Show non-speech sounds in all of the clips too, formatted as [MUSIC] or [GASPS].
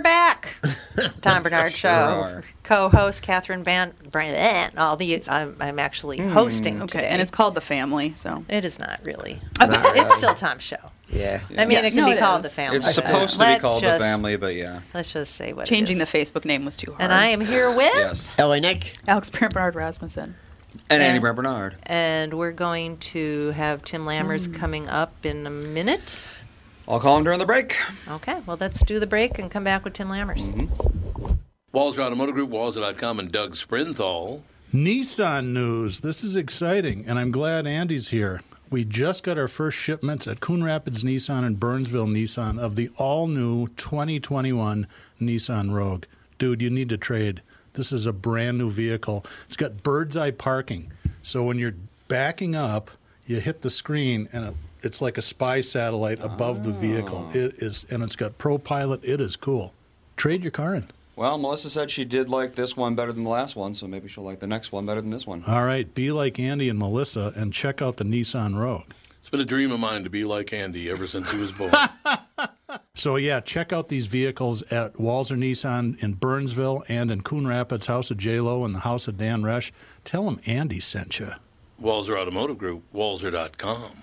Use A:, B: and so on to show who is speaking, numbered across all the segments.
A: [LAUGHS]
B: back. Tom Bernard
C: Sure
B: Show.
C: are.
B: Co-host Catherine Van Brand. All the I'm, I'm actually hosting
A: Hmm. Okay,
B: today.
A: and it's called The Family, so.
B: it is not
A: [LAUGHS]
B: really.
C: Not really.
B: It's still Tom's show.
C: Yeah.
B: I mean,
A: Yes.
B: it can
A: No,
B: be
A: it
B: called
A: is.
B: the family. uh,
C: It's
B: Show.
C: supposed to be
B: Let's
C: called
B: just-
C: the family, but yeah.
B: Let's just say what. it
A: Changing the
B: is.
A: Facebook name was too hard.
B: And I am here with.
C: Yes.
D: Ellie Nick.
A: [GASPS] Alex Bernard Rasmussen.
C: And Andy Brad Bernard.
B: And we're going to have Tim Lammers
A: Hmm.
B: coming up in a minute.
C: I'll call him during the break.
B: Okay, well, let's do the break and come back with Tim Lammers.
A: Mm-hmm.
E: Walzer Automotive Group, Walzer.com, and Doug Sprinthal.
F: Nissan news. This is exciting, and I'm glad Andy's here. We just got our first shipments at Coon Rapids Nissan and Burnsville Nissan of the all new 2021 Nissan Rogue. Dude, you need to trade. This is a brand new vehicle. It's got bird's eye parking. So when you're backing up, you hit the screen and it, it's like a spy satellite above the vehicle. It is and it's got ProPilot. It is cool. Trade your car in.
C: Well, Melissa said she did like this one better than the last one, so maybe she'll like the next one better than this one.
F: All right, be like Andy and Melissa and check out the Nissan Rogue.
E: It's been a dream of mine to be like Andy ever since he
G: [LAUGHS]
E: was born.
F: So yeah, check out these vehicles at Walzer Nissan in Burnsville and in Coon Rapids, House of J Lo and the House of Dan Rush. Tell them Andy sent you.
E: Walzer Automotive Group, Walzer.com.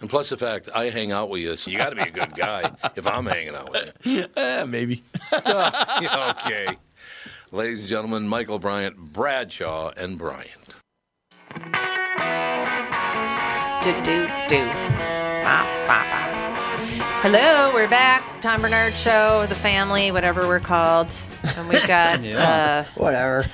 E: And plus the fact I hang out with you, so you got to be a
G: [LAUGHS]
E: good guy if I'm hanging out with you.
G: Eh, [LAUGHS] maybe.
E: [LAUGHS] okay. Ladies and gentlemen, Michael Bryant, Bradshaw, and Bryant.
B: Do, do, do. Ba, ba, ba. Hello, we're back. Tom Bernard Show, the family, whatever we're called.
C: [LAUGHS]
B: And we've got, yeah. Uh, [LAUGHS]
D: Whatever.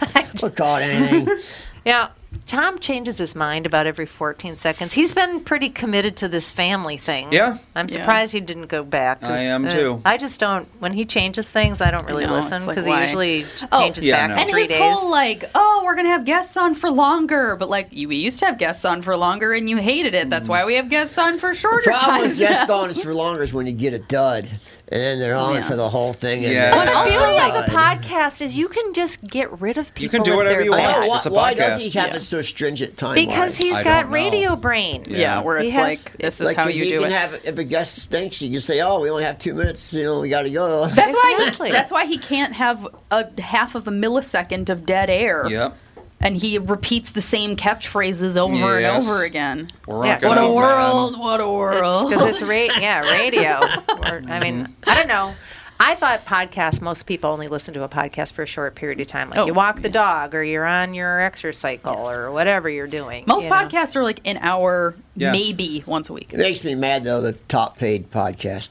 D: We'll call it anything.
B: yeah, Tom changes his mind about every 14 seconds. He's been pretty committed to this family thing.
C: Yeah.
B: Mm. I'm
A: Yeah.
B: surprised
H: [LAUGHS]
B: he didn't go back. 'cause,
C: I am
B: uh,
C: too.
B: I just don't, when he changes things, I don't really
A: know,
B: listen
A: it's like,
B: because
A: why?
B: he usually
A: Oh,
B: changes
C: Yeah,
B: back
C: no.
B: in
A: And
B: three
A: his
B: days.
A: whole like, oh, we're gonna have guests on for longer, but like you- we used to have guests on for longer, and you hated it.
B: Mm.
A: That's why we have guests on for shorter
D: Problem
A: times.
D: with guest on is for longer is when you get a dud, and then they're on
A: Yeah.
D: for the whole thing. and
C: Yeah.
D: they're
C: Well,
D: done.
B: The beauty of a
D: Done.
B: podcast is you can just get rid of people.
C: You can do
B: if
C: whatever
B: they're
C: you
D: I
C: want.
D: know,
B: bad.
D: why,
C: It's a
D: why
C: podcast.
D: does he have
A: Yeah.
D: it so stringent time?
B: Because he's
C: I
B: got
C: don't know.
B: radio brain.
A: yeah, where
B: He
A: it's
B: has-
A: like, this is
D: like,
A: how
D: 'cause
A: you
D: he
A: do
D: can
A: it.
D: Have, if a guest stinks, you can say, "Oh, we only have two minutes. You know, we got to
A: [LAUGHS]
D: go."
A: that's why.
B: Exactly.
A: He, that's why he can't have a half of a millisecond of dead air.
C: Yep.
A: And he repeats the same catchphrases over and
C: Yes.
A: over again.
C: We're
B: Yeah.
C: on
B: What
A: What a
B: Oh,
A: world! What a world!
B: because it's ra- yeah
A: [LAUGHS]
B: radio. Or, I mean,
C: Mm-hmm.
B: I don't know. I thought podcasts. Most people only listen to a podcast for a short period of time. Like
A: Oh,
B: you walk the dog, or you're on your exercise cycle, or whatever you're doing.
A: Most
B: you know?
A: podcasts are like an hour,
C: Yeah.
A: maybe once a week.
D: It makes me mad though. The top paid podcast.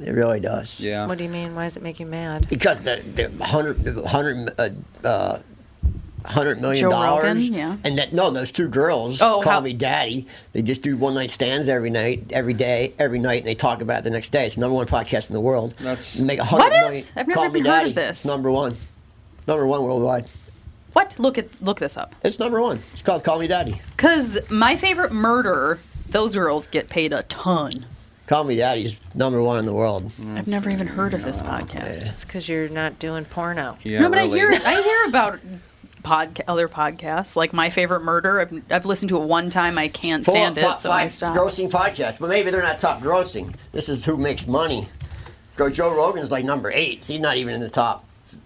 D: It really does.
C: Yeah.
B: What do you mean? Why does it make you mad?
D: Because the, the hundred, the hundred, uh, uh, hundred million
A: Joe Rogan,
D: dollars,
A: yeah.
D: and that no, those two girls
A: Oh,
D: call
A: how-
D: me daddy. They just do one night stands every night, every day, every night, and they talk about it the next day. It's the number one podcast in the world.
C: That's-
D: make a
A: What
D: hundred
A: is?
D: million.
A: I've never
D: call me
A: even heard
D: daddy.
A: of this.
D: It's number one, number one worldwide.
A: What? Look at look this up.
D: It's number one. It's called Call Me Daddy.
A: Cause my favorite murder, those girls get paid a ton.
D: Call Me Daddy's number one in the world.
A: I've never even heard of this podcast.
B: It's because you're not doing porno.
C: Yeah,
A: no, but
C: really.
A: I hear I hear about podca- other podcasts like My Favorite Murder. I've, I've listened to it one time. I can't
D: Full
A: stand
D: on top
A: it, so I
D: five
A: stopped.
D: grossing podcasts, but maybe they're not top grossing. This is who makes money. Go Joe Rogan's like number eight. He's not even in the top.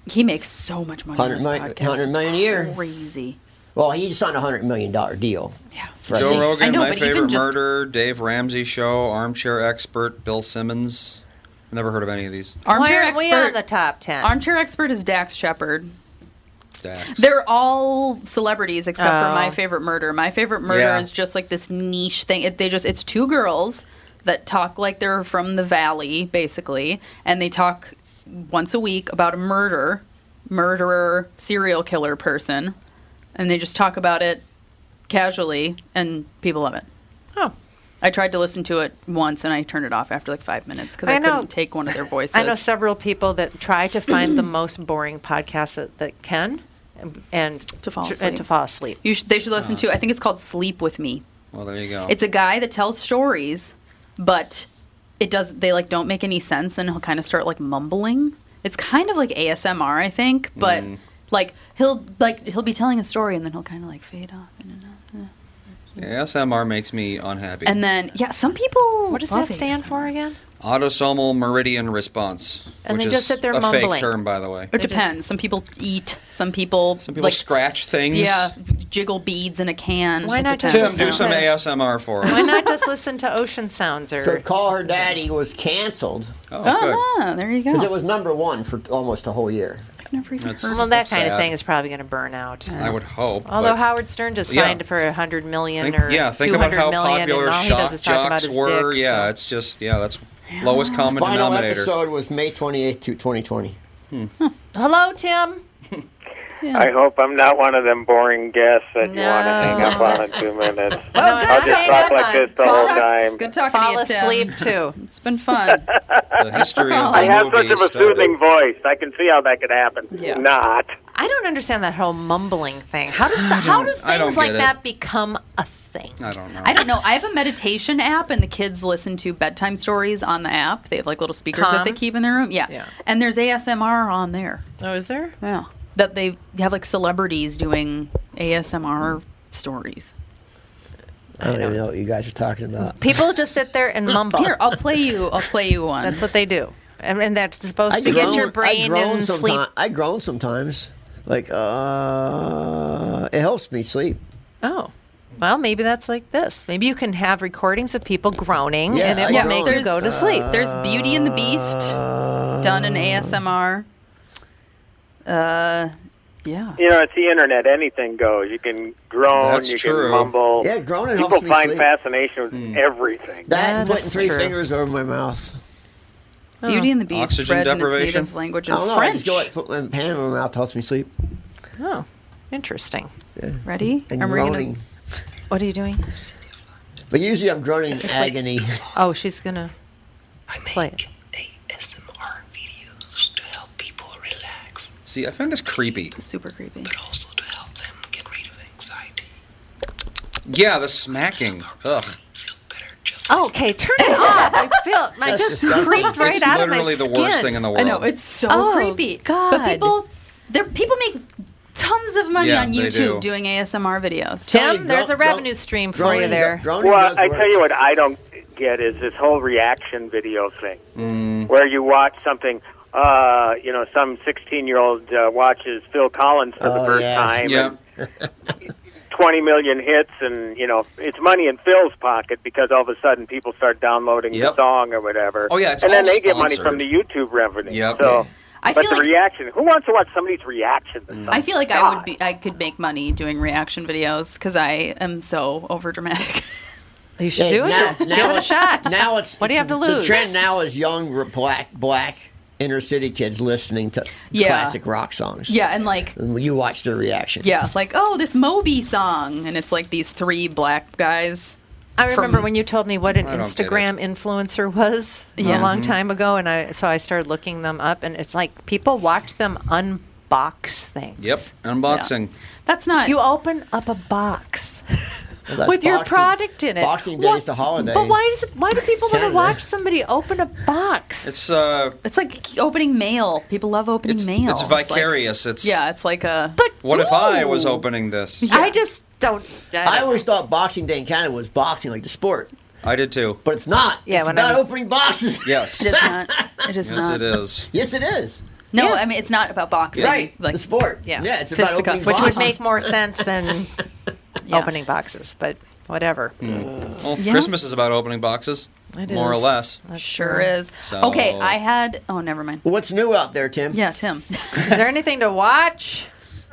A: He makes so much money. on
D: 100
A: this
D: million-
A: podcast.
D: 100 million a
A: It's
D: year.
A: Crazy.
D: Well, he signed a hundred million dollar deal.
A: Yeah.
D: Right.
C: Joe
A: I
D: Thanks.
C: Rogan,
A: know,
C: my
A: but even
C: favorite
A: just-
C: murder, Dave Ramsey show, armchair expert, Bill Simmons. Never heard of any of these.
A: Armchair
B: Why aren't we on the
A: expert.
B: top ten?
A: Armchair expert is Dax Shepard.
C: Dax.
A: They're all celebrities except for
B: Oh.
A: My Favorite Murder. My Favorite Murder
C: Yeah.
A: is just like this niche thing. It, they just it's two girls that talk like they're from the valley basically, and they talk once a week about a murder, murderer, serial killer person, and they just talk about it casually, and people love it.
B: Oh.
A: I tried to listen to it once and I turned it off after like five minutes because I,
B: I know-
A: couldn't take one of their voices.
B: [LAUGHS] I know several people that try
A: [CLEARS THROAT]
B: to find the most boring podcast that, that can, and- and
A: To fall
B: and to
A: asleep.
B: fall asleep.
A: You should, they should
C: Uh.
A: listen to. I think it's called Sleep with Me.
C: Well, there you go. Mm.
A: It's a guy that tells stories, but it does. They like don't make any sense, and he'll kind of start like mumbling. It's kind of like ASMR, I think, but
C: Mm.
A: like he'll like he'll be telling a story, and then he'll kind of like fade off. In and, out.
C: yeah, SMR makes me unhappy.
A: and then yeah, some people.
B: What does
A: love
B: that stand
A: ASMR.
B: for again?
C: Autosomal meridian response,
B: And
C: which
B: they
C: is
B: just sit there
C: a
B: mumbling.
C: fake term, by the way.
A: It depends. Some people eat. Some people
C: Some people
A: like
C: scratch things.
A: yeah, jiggle beads in a can.
B: Why
A: It
B: not just
A: depends.
C: Tim,
B: Sound.
C: do some ASMR for
B: [LAUGHS] Why
C: us.
B: not just listen to ocean sounds or
D: So Call Her Daddy was canceled
C: Oh, good.
A: Ah, there you go.
D: because it was number one for almost a whole year.
A: I've never even
C: That's-
A: heard
B: well, that kind of
C: sad.
B: thing is probably going to burn out.
C: I would hope.
B: Although
C: but
B: Howard Stern just
C: Yeah.
B: signed for a hundred million
C: think-
B: or
C: yeah, think
B: two
C: about
B: hundred
C: how
B: million,
C: popular
B: and all he does
C: shock
B: is talk about
C: jocks
B: his
C: were.
B: dick.
C: yeah,
B: so-
C: it's just yeah, that's lowest common
D: Final
C: denominator.
D: episode was May 28th, to 2020.
B: Hello, Tim.
H: I hope I'm not one of them boring guests that you want to
B: No.
H: hang up on in
B: [LAUGHS]
H: two minutes.
B: Well, good
H: I'll just
B: hang
H: talk
B: up
H: like
B: on.
H: this the
B: Good
H: whole
B: talk.
H: time.
A: Good talking
B: Fall
A: to you, Tim.
B: asleep too.
A: It's been fun.
H: [LAUGHS]
C: The history of the
H: I have
C: movie
H: such of a
C: stuff.
H: soothing voice. I can see how that could happen.
A: Yeah.
H: Not.
B: I don't understand that whole mumbling thing. How does the, how do
C: I don't
B: things like
C: get it.
B: that become a thing?
C: I don't know.
A: I don't know. I have a meditation app, and the kids listen to bedtime stories on the app. They have like little speakers that they
B: Calm.
A: keep in their room. Yeah.
B: Yeah.
A: And there's ASMR on there.
B: Oh, is there?
A: Yeah. That they have like celebrities doing ASMR stories.
D: I don't even know what you guys are talking about.
B: People just sit there and mumble.
A: Here, I'll play you. I'll play you one.
B: That's what they do, and, and that's supposed to get your brain
D: I groan
B: in sleep.
D: sometimes. I groan sometimes. Like, uh, it helps me sleep.
B: Oh. Well, maybe that's like this. Maybe you can have recordings of people groaning,
D: Yeah,
B: and it
D: I uh,
B: will
D: Yeah,
B: make you
A: there's-
B: go to sleep.
A: There's Beauty and the Beast done in ASMR. Uh, yeah.
H: You know, it's the internet. Anything goes. You can groan.
C: That's
H: you
C: true. Hmm.
H: can mumble.
D: Yeah, groaning
H: People
D: helps me
H: find
D: sleep.
H: fascination with everything.
D: That and
B: That's
D: putting three
B: true.
D: fingers over my mouth.
A: Oh. Beauty and the Beast
C: Oxygen
A: spread in its
C: deprivation?
A: native language
D: I
A: in
D: don't know. I
A: French.
D: just go like put my hand over my mouth, helps me sleep.
B: Oh, interesting.
A: Ready?
D: And
A: Are we gonna-
D: groaning.
B: What are you doing?
D: But usually I'm groaning in
A: [LAUGHS]
D: agony. [LAUGHS]
B: Oh, she's gonna play it.
I: ASMR videos to help people relax,
C: See, I find this creepy.
A: Super creepy.
I: but also to help them get rid of anxiety.
C: Yeah, the smacking. Ugh.
I: Feel better just
B: Oh, okay, turn it off. I feel my
D: That's
B: just
D: disgusting.
B: creeped right
C: it's
B: out of my
C: literally the worst
B: skin.
C: thing in the world.
A: I know it's so
B: Oh,
A: creepy.
B: God.
A: But people, there people make tons of money
C: Yeah,
A: on
C: they do.
A: YouTube doing ASMR videos.
B: Tim,
D: Gro-
B: there's a
D: gro-
B: revenue stream for
D: groaning
B: you
D: do-
B: there.
D: groaning
H: Well,
D: does
H: I
D: work.
H: tell you what I don't get is this whole reaction video thing,
C: Mm.
H: where you watch something. Uh, you know, some 16-year-old uh, watches Phil Collins for the
D: Oh,
H: first
D: yeah.
H: time.
C: Yeah.
H: and 20 million hits, and you know, it's money in Phil's pocket because all of a sudden people start downloading
C: Yep.
H: the song or whatever.
C: Oh, yeah, it's
H: and then
C: all
H: they get money
C: sponsored.
H: from the YouTube revenue.
C: Yep.
H: So,
A: I
H: but
A: feel
H: the
A: like-
H: reaction. Who wants to watch somebody's reaction? To
C: Mm.
H: something?
A: I feel like I would be, I could make money doing reaction videos because I am so overdramatic. [LAUGHS]
B: You should
D: Hey,
B: do it.
D: now-
B: Give
D: now
B: it a
D: it's-
B: shot.
D: Now it's
B: what do you have to lose?
D: The trend now is young r- black black inner city kids listening to
A: Yeah.
D: classic rock songs.
A: Yeah, and like
D: And you watch their reaction.
A: Yeah, like oh, this Moby song, and it's like these three black guys.
B: I remember when you told me what an
A: I don't get it.
B: Instagram influencer was
A: Yeah.
B: a long
A: Mhm.
D: Mm-hmm.
B: time ago, and I so I started looking them up, and it's like people watch them unbox things.
C: Yep. Unboxing.
A: That's not
B: you open up a box
D: Well, that's
B: with your
D: Boxing-
B: product in it.
D: Boxing Day
B: What-
D: is the holiday.
B: But why does why do people want to
D: Canada.
B: watch somebody open a box?
C: It's uh,
A: It's like opening mail. People love opening mail.
C: it's vicarious. It's,
A: like, yeah, it's like a.
B: But
C: what if I was opening this?
B: I just don't.
D: I, always thought Boxing Day in Canada was boxing, like the sport,
C: I did too.
D: but it's not.
A: Yeah,
D: it's
A: when I
D: not
A: was-
D: opening
C: [LAUGHS]
D: boxes.
C: Yes.
A: It is not. It is
C: yes,
A: not.
C: it is.
D: Yes, it is.
A: No, I mean it's not about boxing.
D: Right,
A: Like
D: the sport. Yeah. Yeah, it's about opening
B: which would
D: boxes.
B: make
D: [LAUGHS]
B: more sense than opening boxes, but whatever.
C: Hmm.
D: Uh,
C: Well,
A: Yeah.
C: Christmas is about opening boxes,
A: It
C: more
A: is.
C: or less.
A: Sure is.
C: So-
A: Okay, I had. Oh, never mind.
D: What's new out there, Tim?
A: Yeah,
D: [LAUGHS]
A: Tim.
B: Is there anything to watch?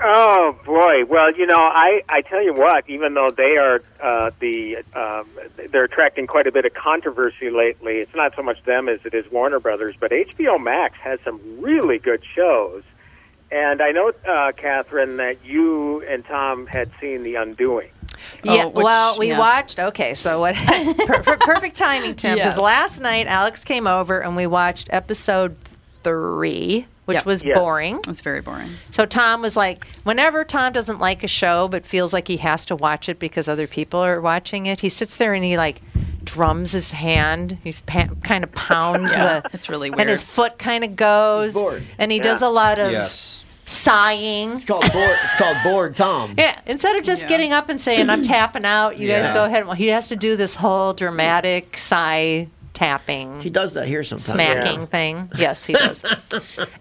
H: Oh boy! Well, you know, I I tell you what, even though they are uh, the um, they're attracting quite a bit of controversy lately, it's not so much them as it is Warner Brothers. But HBO Max has some really good shows, and I know, uh, Catherine, that you and Tom had seen The Undoing.
A: Oh,
B: yeah. well, we
H: yeah.
B: watched. Okay,
A: [LAUGHS]
B: so what? per- per- perfect timing, Tim. Because
H: Yes.
B: last night Alex came over and we watched episode three, which
A: Yep.
B: was
A: Yeah.
B: boring.
A: It's very boring.
B: So Tom was like, whenever Tom doesn't like a show but feels like he has to watch it because other people are watching it, he sits there and he like drums his hand. He pa- kind of pounds
A: Yeah,
B: the.
A: it's really
B: And his
A: weird.
B: foot kind of goes. And he does a lot of
D: Yes.
B: sighing. It's
D: called bored. It's called bored Tom.
B: Yeah, instead of just getting up and saying I'm tapping out, you guys
D: Yeah.
B: go ahead. and He has to do this whole dramatic sigh tapping.
D: He does that here sometimes.
B: Smacking
D: Yeah.
B: thing. Yes,
A: [LAUGHS]
B: he does.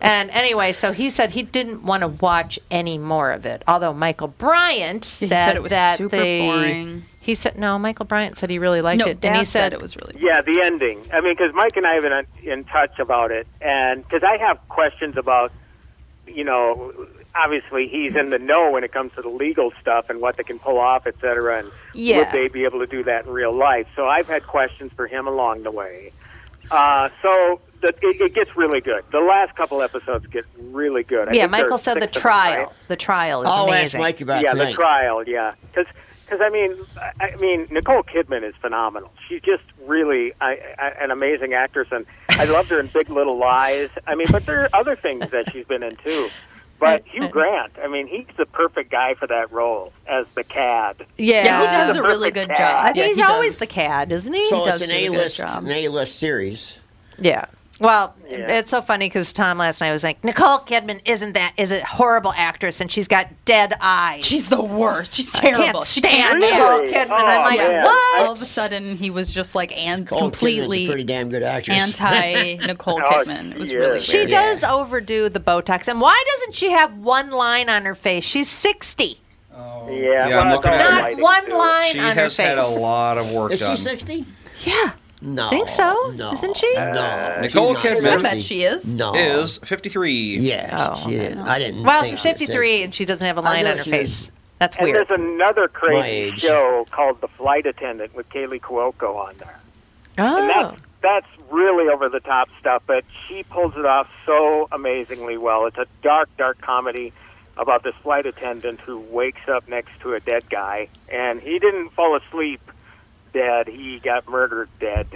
B: and anyway, so he said he didn't want to watch any more of it. Although Michael Bryant
A: He
B: said,
A: said it was
B: that
A: super
B: they,
A: boring.
B: He said no. Michael Bryant said he really liked
A: No,
B: it,
A: Dad
B: and he
A: said
B: said
A: it was really.
H: Yeah, the ending. I mean, because Mike and I have been on- in touch about it, and because I have questions about, you know, obviously he's in the know when it comes to the legal stuff and what they can pull off, et cetera, and
I: Yeah.
H: would they be able to do that in real life? So I've had questions for him along the way. Uh, so the, it, it gets really good. The last couple episodes get really good. I
B: Yeah,
H: think there's
B: Michael said the
H: six of them, right?
B: trial. The
A: Oh,
B: trial is
H: I'll ask
B: amazing.
H: Mike about Yeah, the tonight. trial. Yeah, because I mean, I- I mean Nicole Kidman is phenomenal. She's just really I, I, an amazing actress, and I loved her in Big Little Lies. I mean, but there are other things that she's been in too.
B: [LAUGHS]
H: But Hugh Grant, I mean, he's the perfect guy for that role as the cad.
B: Yeah.
A: Yeah, he does
H: The
A: a really
H: perfect
A: good
H: cad.
A: job.
B: I think
A: Yeah,
B: he's
A: he
B: always
A: does.
B: the cad, isn't he? [LAUGHS]
D: So
B: He
D: it's
B: does
D: an
B: do a
D: A
B: good
D: list,
B: job.
D: an A list series.
B: Yeah. Well,
D: Yeah.
B: it's so funny because Tom last night was like, Nicole Kidman isn't that is a horrible actress and she's got dead eyes. She's
A: the worst. She's
B: I
A: terrible.
B: can't
A: She
B: stand
A: can't
B: Nicole
A: really.
B: Kidman. I'm like,
A: Yeah.
B: what?
A: Oh, All of a sudden, he was just like and
D: Nicole Kidman's
A: completely
D: a pretty damn good actress.
A: anti Nicole Kidman. It was really
B: she
A: weird.
B: does overdo the Botox. And why doesn't she have one line on her face? She's 60.
H: Yeah,
C: Yeah, I'm
H: well,
C: looking
H: it's
C: at
H: all
C: her.
H: lighting,
B: One
H: too.
B: line
C: She
B: on her
C: has
B: face.
C: had a lot of work
D: Is
C: done.
D: she sixty?
B: Yeah.
D: No.
B: Think so?
D: No.
B: Isn't she?
D: No.
C: Uh, Nicole
D: she's
C: Kidman
D: not 60. No.
C: is 53.
D: Yeah, she is.
C: Mm-hmm.
D: I didn't.
B: Oh, Well,
D: think
B: she's
D: she was
B: 53 and she doesn't have a
D: I
B: line
D: know
B: on her
D: she
B: face. That's
H: and
B: weird.
H: there's another
D: My
H: crazy
D: age.
H: show called The Flight Attendant with Kaylee Cuoco on there.
B: Oh.
H: And that's, that's really over the top stuff, but she pulls it off so amazingly well. It's a dark, dark comedy about this flight attendant who wakes up next to a dead guy, and he didn't fall asleep dead. He got murdered dead.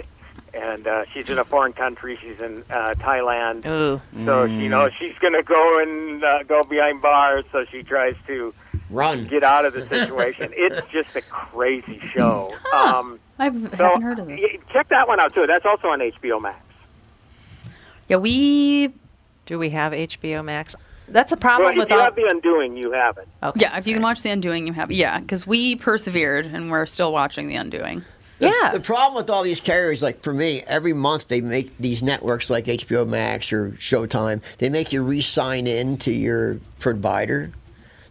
H: And uh, she's in a foreign country. She's in uh, Thailand.
B: Ooh.
H: So you
D: Mm.
H: know she's gonna go and uh, go behind bars. So she tries to
D: Run.
H: get out of the situation. it's just a crazy show. Um,
A: I haven't heard of it.
H: y- check that one out too. That's also on HBO Max.
B: Yeah, we do we have HBO Max? That's a problem
H: well, if
B: with
H: you
B: all.
H: have The Undoing, you have it.
A: Yeah, if you can watch The Undoing, you have yeah, because we persevered and we're still watching The Undoing.
D: The, yeah. The problem with all these carriers, like for me, every month they make these networks like HBO Max or Showtime, they make you re sign in to your provider.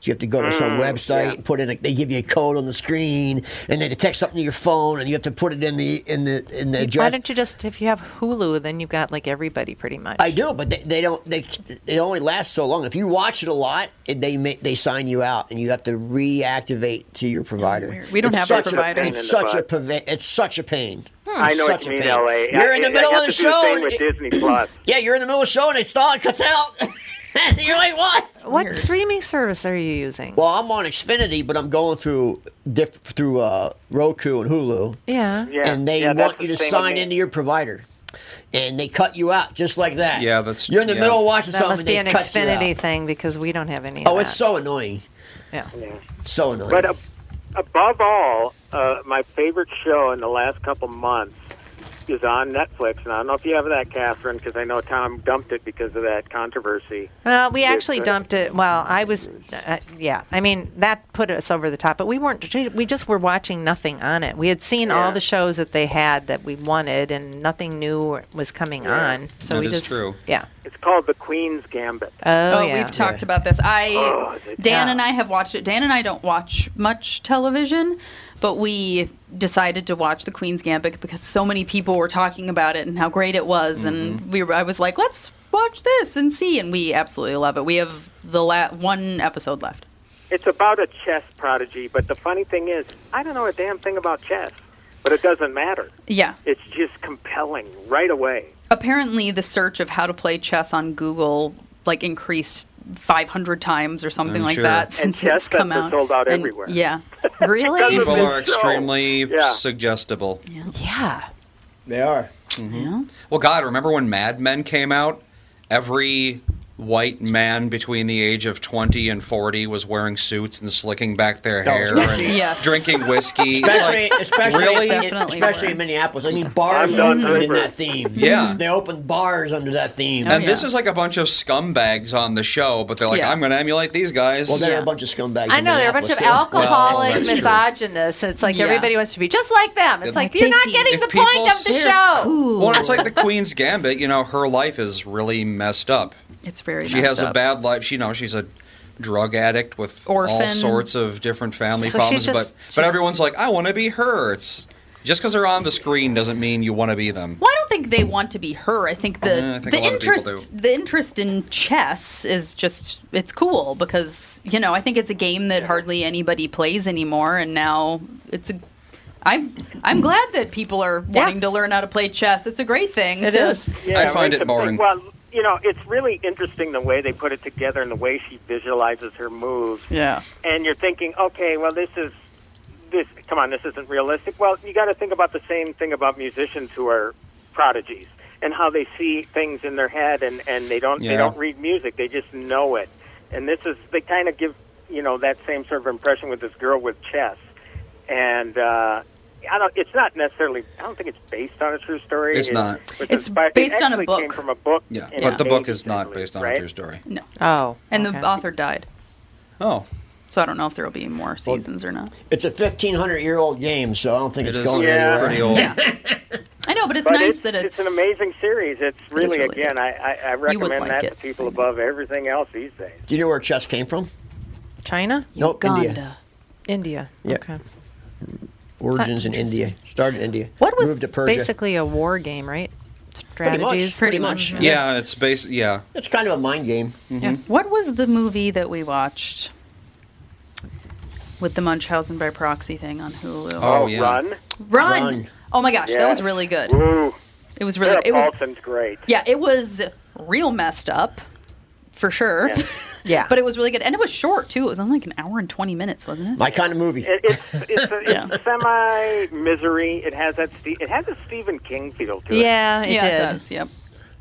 D: So you have to go to some
J: Mm,
D: website,
J: yeah.
D: put in. A, they give you a code on the screen, and then it texts something to your phone, and you have to put it in the in the in the
B: Why
D: address.
B: don't you just, if you have Hulu, then you've got like everybody pretty much.
D: I do, but they, they don't. They it only lasts so long. If you watch it a lot, it, they ma- they sign you out, and you have to reactivate to your provider.
A: We don't
D: It's
A: have a
D: such
A: provider.
D: It's
A: Pain in the
D: such a peva- it's such a pain.
H: I
D: It's
H: know
D: such
H: what
D: a
H: you mean,
D: pain.
H: LA.
D: You're in
H: I-
D: the middle
H: I got
D: of the
H: to do
D: show.
H: Same
D: and
H: with
D: it-
H: Disney Plus.
D: yeah, you're in the middle of the show, and it's all it cuts out. you're like, what?
B: What streaming service are you using?
D: Well, I'm on Xfinity, but I'm going through diff- through uh, Roku and Hulu.
B: Yeah.
D: and they
B: Yeah, that's
D: want you
B: the
D: to
B: same with
D: sign
B: me.
D: into your provider, and they cut you out just like that.
C: Yeah, that's-
D: you're in the
C: yeah.
D: middle of watching
B: that
D: something.
B: must be
D: they
B: an
D: cut you out.
B: Xfinity thing because we don't have any. of
D: Oh, it's
B: that.
D: so annoying.
B: Yeah.
D: So annoying.
H: But ab- above all, uh, my favorite show in the last couple months is on Netflix, and I don't know if you have that, Catherine, because I know Tom dumped it because of that controversy.
B: Well, we actually
H: It's, uh,
B: dumped it. Well, I was, uh, yeah. I mean, that put us over the top, but we weren't. We just were watching nothing on it. We had seen all
H: Yeah.
B: the shows that they had that we wanted, and nothing new was coming
H: Yeah.
B: on. So
H: That
B: we
H: is
B: just,
H: true.
B: yeah.
H: It's called The Queen's Gambit.
B: Oh, yeah.
A: we've talked about this. I
H: Oh, is it-
A: Dan
H: Yeah.
A: and I have watched it. Dan and I don't watch much television, but we decided to watch The Queen's Gambit because so many people were talking about it and how great it was,
C: Mm-hmm.
A: and we were, I was like, let's watch this and see, and we absolutely love it. We have the la- one episode left.
H: It's about a chess prodigy, but the funny thing is, I don't know a damn thing about chess, but it doesn't matter.
A: Yeah.
H: It's just compelling right away.
A: Apparently, the search of how to play chess on Google like increased 500 times or something
C: I'm
A: like
C: sure.
A: that
C: And
A: since
H: chess
A: it's come
H: sets are
A: out.
H: sold out
A: And-
H: everywhere.
A: Yeah.
B: Really?
C: People
H: Even
C: are
H: so,
C: extremely
H: yeah.
C: suggestible. Mm-hmm.
B: Yeah.
D: They are.
C: Well, God, remember when Mad Men came out? Every white man between the age of 20 and 40 was wearing suits and slicking back their hair
B: [LAUGHS]
C: and
A: Yes.
C: drinking whiskey. It's
D: Oh, Especially,
C: like,
D: especially,
C: really?
A: Definitely
D: especially in Minneapolis. I mean, bars
H: I'm done
D: opened under
H: Draper.
D: that theme.
C: Yeah. Oh,
D: they opened bars under that
B: Oh,
D: theme.
C: and this is like a bunch of scumbags on the show, but they're like,
A: Yeah.
C: I'm going to emulate these guys.
D: well, there are
B: Yeah.
D: a bunch of scumbags.
B: I
D: in
B: know they're a bunch of
D: Minneapolis, too.
B: alcoholic
C: that's true.
B: misogynists. It's like
A: Yeah.
B: everybody wants to be just like them. It's
C: If-
B: like you're not
A: Busy.
B: getting
C: if
B: the
C: people
B: point of the
C: sit-
B: show.
C: Well, it's
B: [LAUGHS]
C: like the Queen's Gambit. You know, her life is really messed up.
A: It's very
C: She has
A: messed
C: a
A: up.
C: bad life. She, you know, she's a drug addict with all
A: Orphan.
C: sorts of different family
B: So
C: problems.
B: she's just-
C: but but everyone's like, I want to be her. It's just because they're on the screen doesn't mean you want to be them.
A: Well, I don't think they want to be her. I think the
C: Yeah, I think a
A: the
C: lot of people
A: interest the interest in chess is just it's cool because you know I think it's a game that hardly anybody plays anymore, and now it's a. I'm I'm glad that people are wanting to learn how to play chess. It's a great thing.
B: It
A: It is.
B: is.
C: I find it
H: it's a big-
C: boring.
H: Well, you know, it's really interesting the way they put it together and the way she visualizes her moves.
A: Yeah.
H: And you're thinking, okay, well, this is this. Come on, this isn't realistic. Well, you got to think about the same thing about musicians who are prodigies and how they see things in their head and and they don't they
C: Yeah.
H: don't read music. They just know it. And this is they kind of give you know that same sort of impression with this girl with chess. And uh, I don't. It's not necessarily. I don't think it's based on a true story.
C: It's
H: It
C: not.
H: was
A: It's
H: inspired-
A: based
H: it
A: on a
H: actually
A: book.
H: Came from a book.
C: Yeah,
H: in
C: but the book
H: Asia,
C: is not
H: I
C: based on
H: right?
C: a true story.
A: No.
B: Oh,
A: And
B: okay.
A: the author died,
C: Oh,
A: so I don't know if there will be more seasons or not.
D: It's a 1500 year old game, so I don't think
C: it
D: it's
C: is
D: going
H: Yeah.
D: anywhere.
C: pretty old.
A: Yeah. I know, but it's
H: But
A: nice that it's,
H: it's an amazing series. It's really,
A: really
H: again, I, I, I
A: You would
H: recommend
A: like
H: that
A: it.
H: to people above everything else these days.
D: Do you know where chess came from?
B: China,
D: Nope,
A: Uganda.
D: India.
B: India.
D: Yeah.
B: Okay.
D: Origins in India. Started in India.
B: What was
D: moved to Persia.
B: basically a war game, right?
D: pretty much,
B: Strategies.
D: pretty much.
C: Yeah, it's based. Yeah,
D: It's kind of a mind game.
A: What was the movie that we watched with the Munchausen by proxy thing on Hulu?
C: Oh, yeah.
H: Run.
A: Run.
D: Run.
A: Oh my gosh, that
H: Yeah.
A: was really good.
H: Ooh,
A: It was really
H: Sarah
A: it was
H: Paulson's great.
A: yeah, it was real messed up for sure. [LAUGHS]
H: Yeah.
B: Yeah.
A: but it was really good and it was short too. It was only like an hour and 20 minutes, wasn't it?
D: My kind of movie.
H: It, it's it's, a,
A: Yeah.
H: it's semi misery. It has that. Ste- it has a Stephen King feel to it.
B: Yeah, it
A: [LAUGHS] yeah,
B: did.
A: it does. Yep.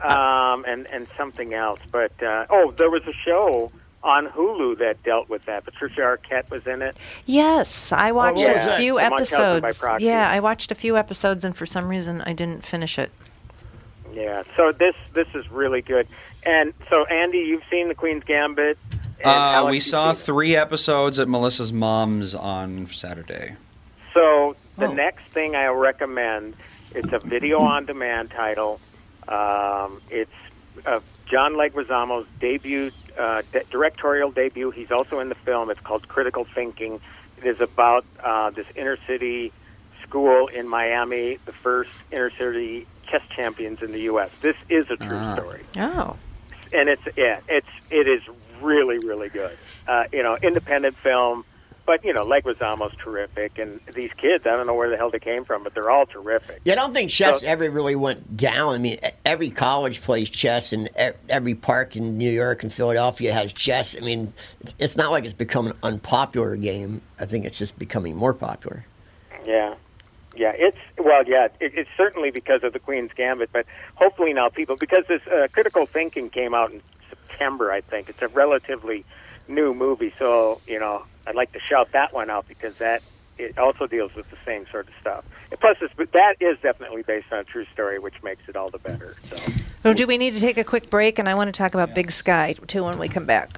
H: Um, and and something else. But uh, oh, there was a show on Hulu that dealt with that. Patricia Arquette was in it.
B: Yes, I watched
H: what was
B: a
H: that?
B: few
H: The Munchausen by
B: episodes.
H: proxy.
B: Yeah, I watched a few episodes, and for some reason, I didn't finish it.
H: Yeah. So this this is really good. And so Andy, you've seen The Queen's Gambit. and
C: uh,
H: Alex,
C: we
H: you've
C: saw
H: seen it.
C: three episodes at Melissa's mom's on Saturday.
H: So the
A: Oh.
H: next thing I recommend, it's a video on demand title. Um, it's uh, John Leguizamo's debut, uh, de- directorial debut. He's also in the film. It's called Critical Thinking. It is about uh, this inner city school in Miami, the first inner city chess champions in the U.S. This is a true story
B: Oh.
H: and it's yeah, it's it is really really good. Uh, you know, independent film, but you know, Leguizamo's terrific, and these kids, I don't know where the hell they came from, but they're all terrific.
D: Yeah, I don't think chess ever really went down. I mean, e- every college plays chess, and e- every park in New York and Philadelphia has chess. I mean, it's- it's not like it's become an unpopular game. I think it's just becoming more popular.
H: Yeah. Yeah, it's well, yeah, it, it's certainly because of the Queen's Gambit, but hopefully now people because this uh, critical thinking came out in September, I think it's a relatively new movie, so you know I'd like to shout that one out because that it also deals with the same sort of stuff. And plus, it's, but that is definitely based on a true story, which makes it all the better. So.
B: So Oh, do we need to take a quick break? And I want to talk about Big Sky too when we come back.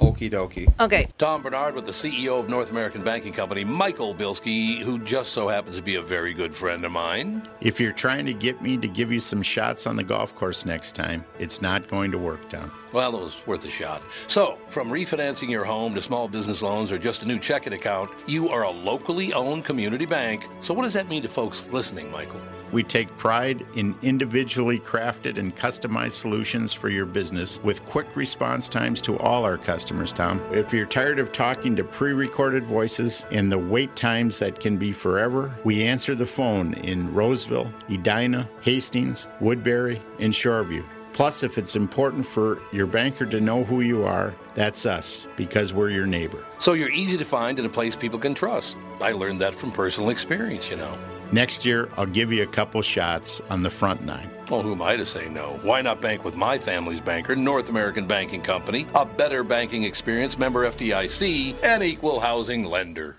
C: Okie dokie.
B: Okay.
E: Tom Bernard with the CEO of North American Banking Company, Michael Bilski, who just so happens to be a very good friend of mine.
J: If you're trying to get me to give you some shots on the golf course next time, it's not going to work, Tom.
E: Well, it was worth a shot. So, from refinancing your home to small business loans or just a new checking account, you are a locally owned community bank. So, what does that mean to folks listening, Michael?
J: We take pride in individually crafted and customized solutions for your business with quick response times to all our customers, Tom. If you're tired of talking to pre recorded voices and the wait times that can be forever, we answer the phone in Roseville, Edina, Hastings, Woodbury, and Shoreview. Plus, if it's important for your banker to know who you are, that's us because we're your neighbor.
E: So, you're easy to find in a place people can trust. I learned that from personal experience, you know.
J: Next year, I'll give you a couple shots on the front nine.
E: Well, who am I to say no? Why not bank with my family's banker, North American Banking Company, a better banking experience, member FDIC, and equal housing lender?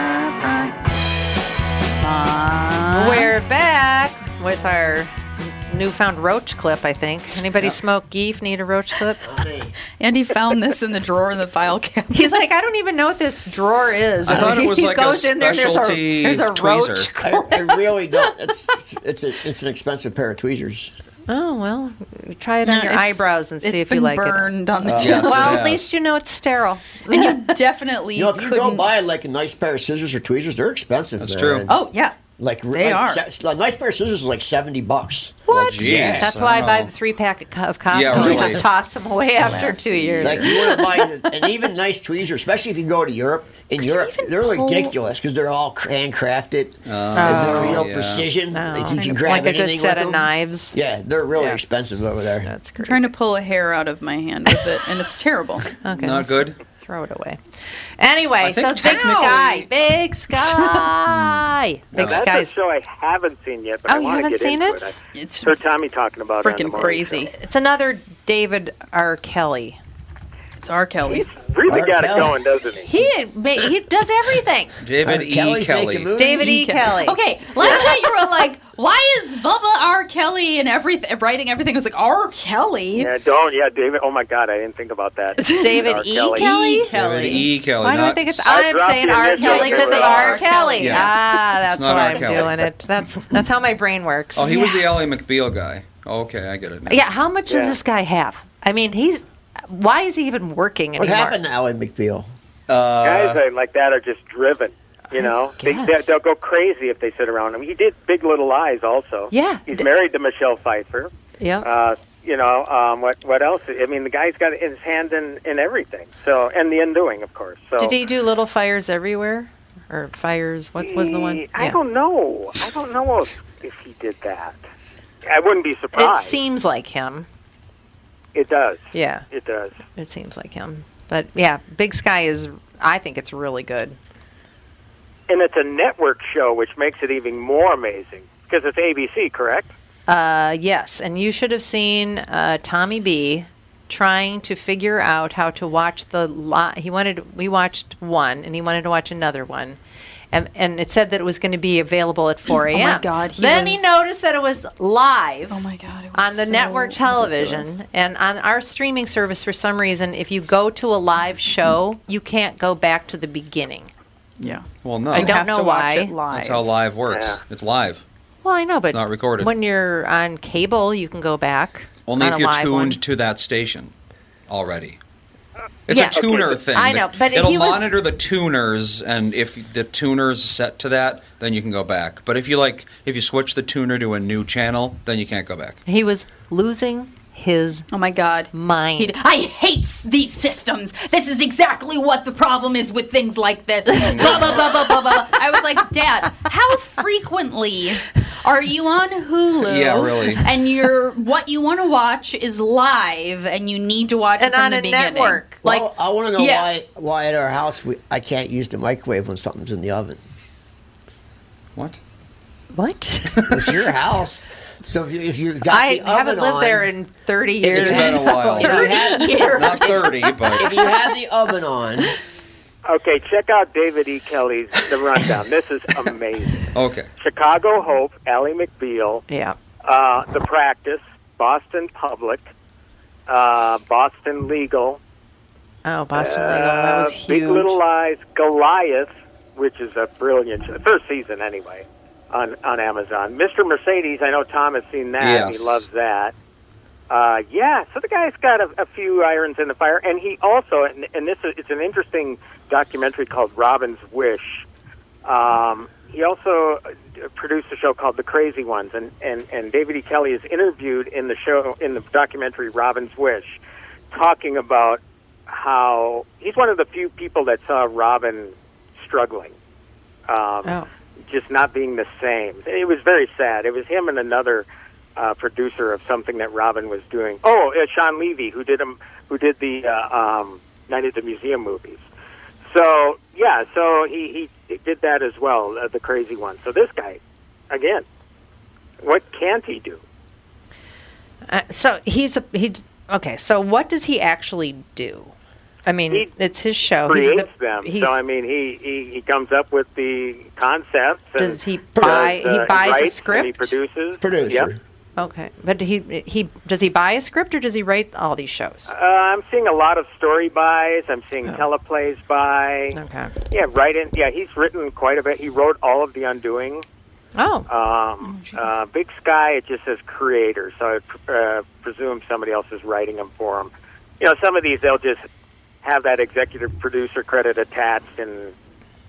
B: We're back with our newfound roach clip, I think. Anybody smoke geef? Need a
A: [LAUGHS]
B: roach clip?
A: Andy found this in the drawer in the file cabinet.
B: He's like, I don't even know what this drawer is.
C: I thought it was
B: [LAUGHS] he
C: like a
B: goes in there, there's a,
C: specialty
B: there's a roach.
C: tweezer.
D: I, I really don't. It's it's, a, it's an expensive pair of tweezers.
B: Oh, well, try it
A: No,
B: on your
A: it's-
B: eyebrows and see
A: it's
B: if you
A: been
B: like
A: burned
B: it.
A: on the
C: Uh, yes, it
B: well, at
C: has.
B: least you know it's sterile.
A: And
B: [LAUGHS]
A: you definitely
D: You know, if you
A: couldn't.
D: go buy like a nice pair of scissors or tweezers, they're expensive.
C: That's
D: man.
C: true.
A: oh yeah,
D: Like
A: They
D: like,
A: are.
D: se- a nice pair of scissors is like seventy bucks.
C: What?
B: That's why I buy the three pack of co- of Costco
C: Yeah,
B: and
C: really.
B: just toss them away after two years.
D: Like you want to buy an even nice tweezer, especially if you go to Europe. In Europe, they're ridiculous because they're all handcrafted. There's no real
C: Oh, yeah.
D: precision. Like, you can grab
B: Oh, like a
D: anything
B: good set
D: with
B: of
D: them.
B: knives.
D: Yeah, they're really expensive over there.
B: That's
A: I'm
B: great.
A: trying to pull a hair out of my hand with it, and it's terrible.
B: [LAUGHS] okay,
C: Not good.
B: throw it away. Anyway,
C: I
B: so
C: think
B: Big [LAUGHS] Sky,
C: technically-
B: Big Sky, Big
H: Now, that's
B: Sky's
H: a show I haven't seen yet, but
B: Oh,
H: I
B: you
H: want to
B: haven't
H: get
B: seen
H: into
B: it?
H: it. I-
A: It's
H: heard Tommy talking about it. on the
A: freaking
H: morning
A: crazy.
H: show.
B: It's another David R. Kelly.
A: It's R. Kelly.
H: Really
A: R.
H: got it
A: Kelly.
H: going, doesn't he?
B: He had ma- he does everything.
C: David E. Kelly.
B: David E. Kelly.
A: Okay,
B: [LAUGHS]
A: last [LAUGHS] night you were like, "Why is Bubba R. Kelly and everything writing everything?" I was like, "R. Kelly."
H: Yeah, don't. Yeah, David. Oh my God, I didn't think about that.
B: It's
H: [LAUGHS]
B: David
H: R.
B: E. Kelly?
C: David E. Kelly.
B: Why do I
C: not-
B: think it's
H: I
B: I'm
H: dropped
B: saying
H: the
B: R.
H: initial
B: Kelly because of
H: because
B: R.
A: of
B: Kelly?
C: Yeah.
B: Ah, that's
C: not
B: why
C: R.
B: I'm
C: Kelly.
B: doing it. That's that's how my brain works.
C: Oh, he was the Ally McBeal guy. Okay, I get it. now.
B: Yeah, how much
H: Yeah.
B: does this guy have? I mean, he's why is he even working
D: What
B: anymore?
D: happened to Alan McBeal?
C: Uh,
H: Guys that- like that are just driven. You know, they, they,
B: guess.
H: they'll go crazy if they sit around him. He did Big Little Lies also.
B: Yeah.
H: He's
B: D-
H: married to Michelle Pfeiffer.
B: Yeah.
H: Uh, you know, um, what what else? I mean, the guy's got his hand in, in everything. So, and the undoing, of course. So,
B: Did he do little fires everywhere, or fires? What was the one?
H: I
B: Yeah.
H: don't know. I don't know if, if he did that. I wouldn't be
B: It
H: surprised.
B: seems like him.
H: it does.
B: Yeah,
H: It does.
B: it seems like him. But yeah, Big Sky is. I think it's really good.
H: And it's a network show, which makes it even more amazing because it's ABC,
D: [LAUGHS]
H: correct?
B: Uh, yes, and you should have seen uh, Tommy B trying to figure out how to watch the lot. He wanted we watched one, and he wanted to watch another one, and and it said that it was going to be available at 4
A: my
B: a.m.
A: God, he
B: then Oh he
A: was-
B: noticed that it was live.
A: Oh my god! It was
B: on the
A: so
B: network television
A: ridiculous.
B: and on our streaming service for some reason if you go to a live show you can't go back to the beginning
K: Yeah.
C: Well, no.
B: I don't
A: Have
B: know
A: to
B: why.
A: watch it live.
C: That's how live works.
H: Yeah.
C: It's live.
B: well i know but
C: not recorded.
B: when you're on cable you can go back
C: Only
B: on
C: if
B: a
C: you're
B: live
C: tuned
B: one.
C: to that station already. It's
B: Yeah.
C: a tuner
H: Okay.
C: thing.
B: I
C: that-
B: know, but
C: it'll
B: he was-
C: monitor the tuners, and if the tuner's set to that, then you can go back. But if you like, if you switch the tuner to a new channel, then you can't go back.
B: he was losing his
A: Oh my god.
B: mind
A: He- I hate s- these systems. This is exactly what the problem is with things like
C: [LAUGHS]
A: this. blah, blah, blah, blah, blah, blah. I was like, Dad, how frequently are you on Hulu?
C: Yeah, really.
A: And you're what you want to watch is live, and you need to watch
B: And
A: it from
B: on
A: the
B: a
A: beginning.
B: network.
A: Like,
D: Well, I want to know
A: yeah.
D: why why at our house we, I can't use the microwave when something's in the oven.
C: What?
B: what
D: It's your house, Oh, so if you, if you got
B: i
D: the oven
B: haven't lived
D: on,
B: there in 30
C: It's
B: years
C: been a
D: if
C: while.
D: you had-
C: Not thirty,
D: if
C: but
D: you have the oven on,
H: Okay, check out David E. Kelly's The Rundown. this is amazing.
C: okay.
H: Chicago Hope, Ally McBeal,
B: yeah
H: uh, The Practice, Boston Public, uh, Boston Legal,
B: oh boston legal that was
H: uh,
B: huge
H: Big Little Lies, Goliath, which is a brilliant show, first season anyway, on on Amazon. Mr. Mercedes, I know Tom has seen that. and
C: Yes.
H: He loves that. Uh, yeah, so the guy's got a, a few irons in the fire, and he also, and, and this is it's an interesting documentary called Robin's Wish. Um, he also uh, produced a show called The Crazy Ones, and, and, and David E. Kelly is interviewed in the show in the documentary Robin's Wish, talking about how he's one of the few people that saw Robin struggling, um,
B: Oh.
H: just not being the same. It was very sad. It was him and another uh, producer of something that Robin was doing. Oh, uh, Sean Levy, who did him, who did the uh, um, Night at the Museum movies. So yeah, so he he did that as well, uh, the crazy one. So this guy, again, what can't he do?
B: Uh, so he's a he okay so what does he actually do i mean
H: He
B: it's his show
H: Creates
B: Oh, he's the,
H: them.
B: he's-
H: So I mean, he, he he comes up with the concepts. And
B: Does he buy-
H: does,
B: he buys a
H: writes and he
B: script?
H: produces.
D: producer.
H: Yep.
B: Okay, but he he does he buy a script or does he write all these shows?
H: Uh, I'm seeing a lot of story buys. I'm seeing teleplays by.
B: Oh. Okay.
H: Yeah, right in. Yeah, he's written quite a bit. He wrote all of the Undoing.
B: Oh,
H: Um, uh, Big Sky, it just says creator, so I pr- uh, presume somebody else is writing them for him. You know, some of these they'll just have that executive producer credit attached, and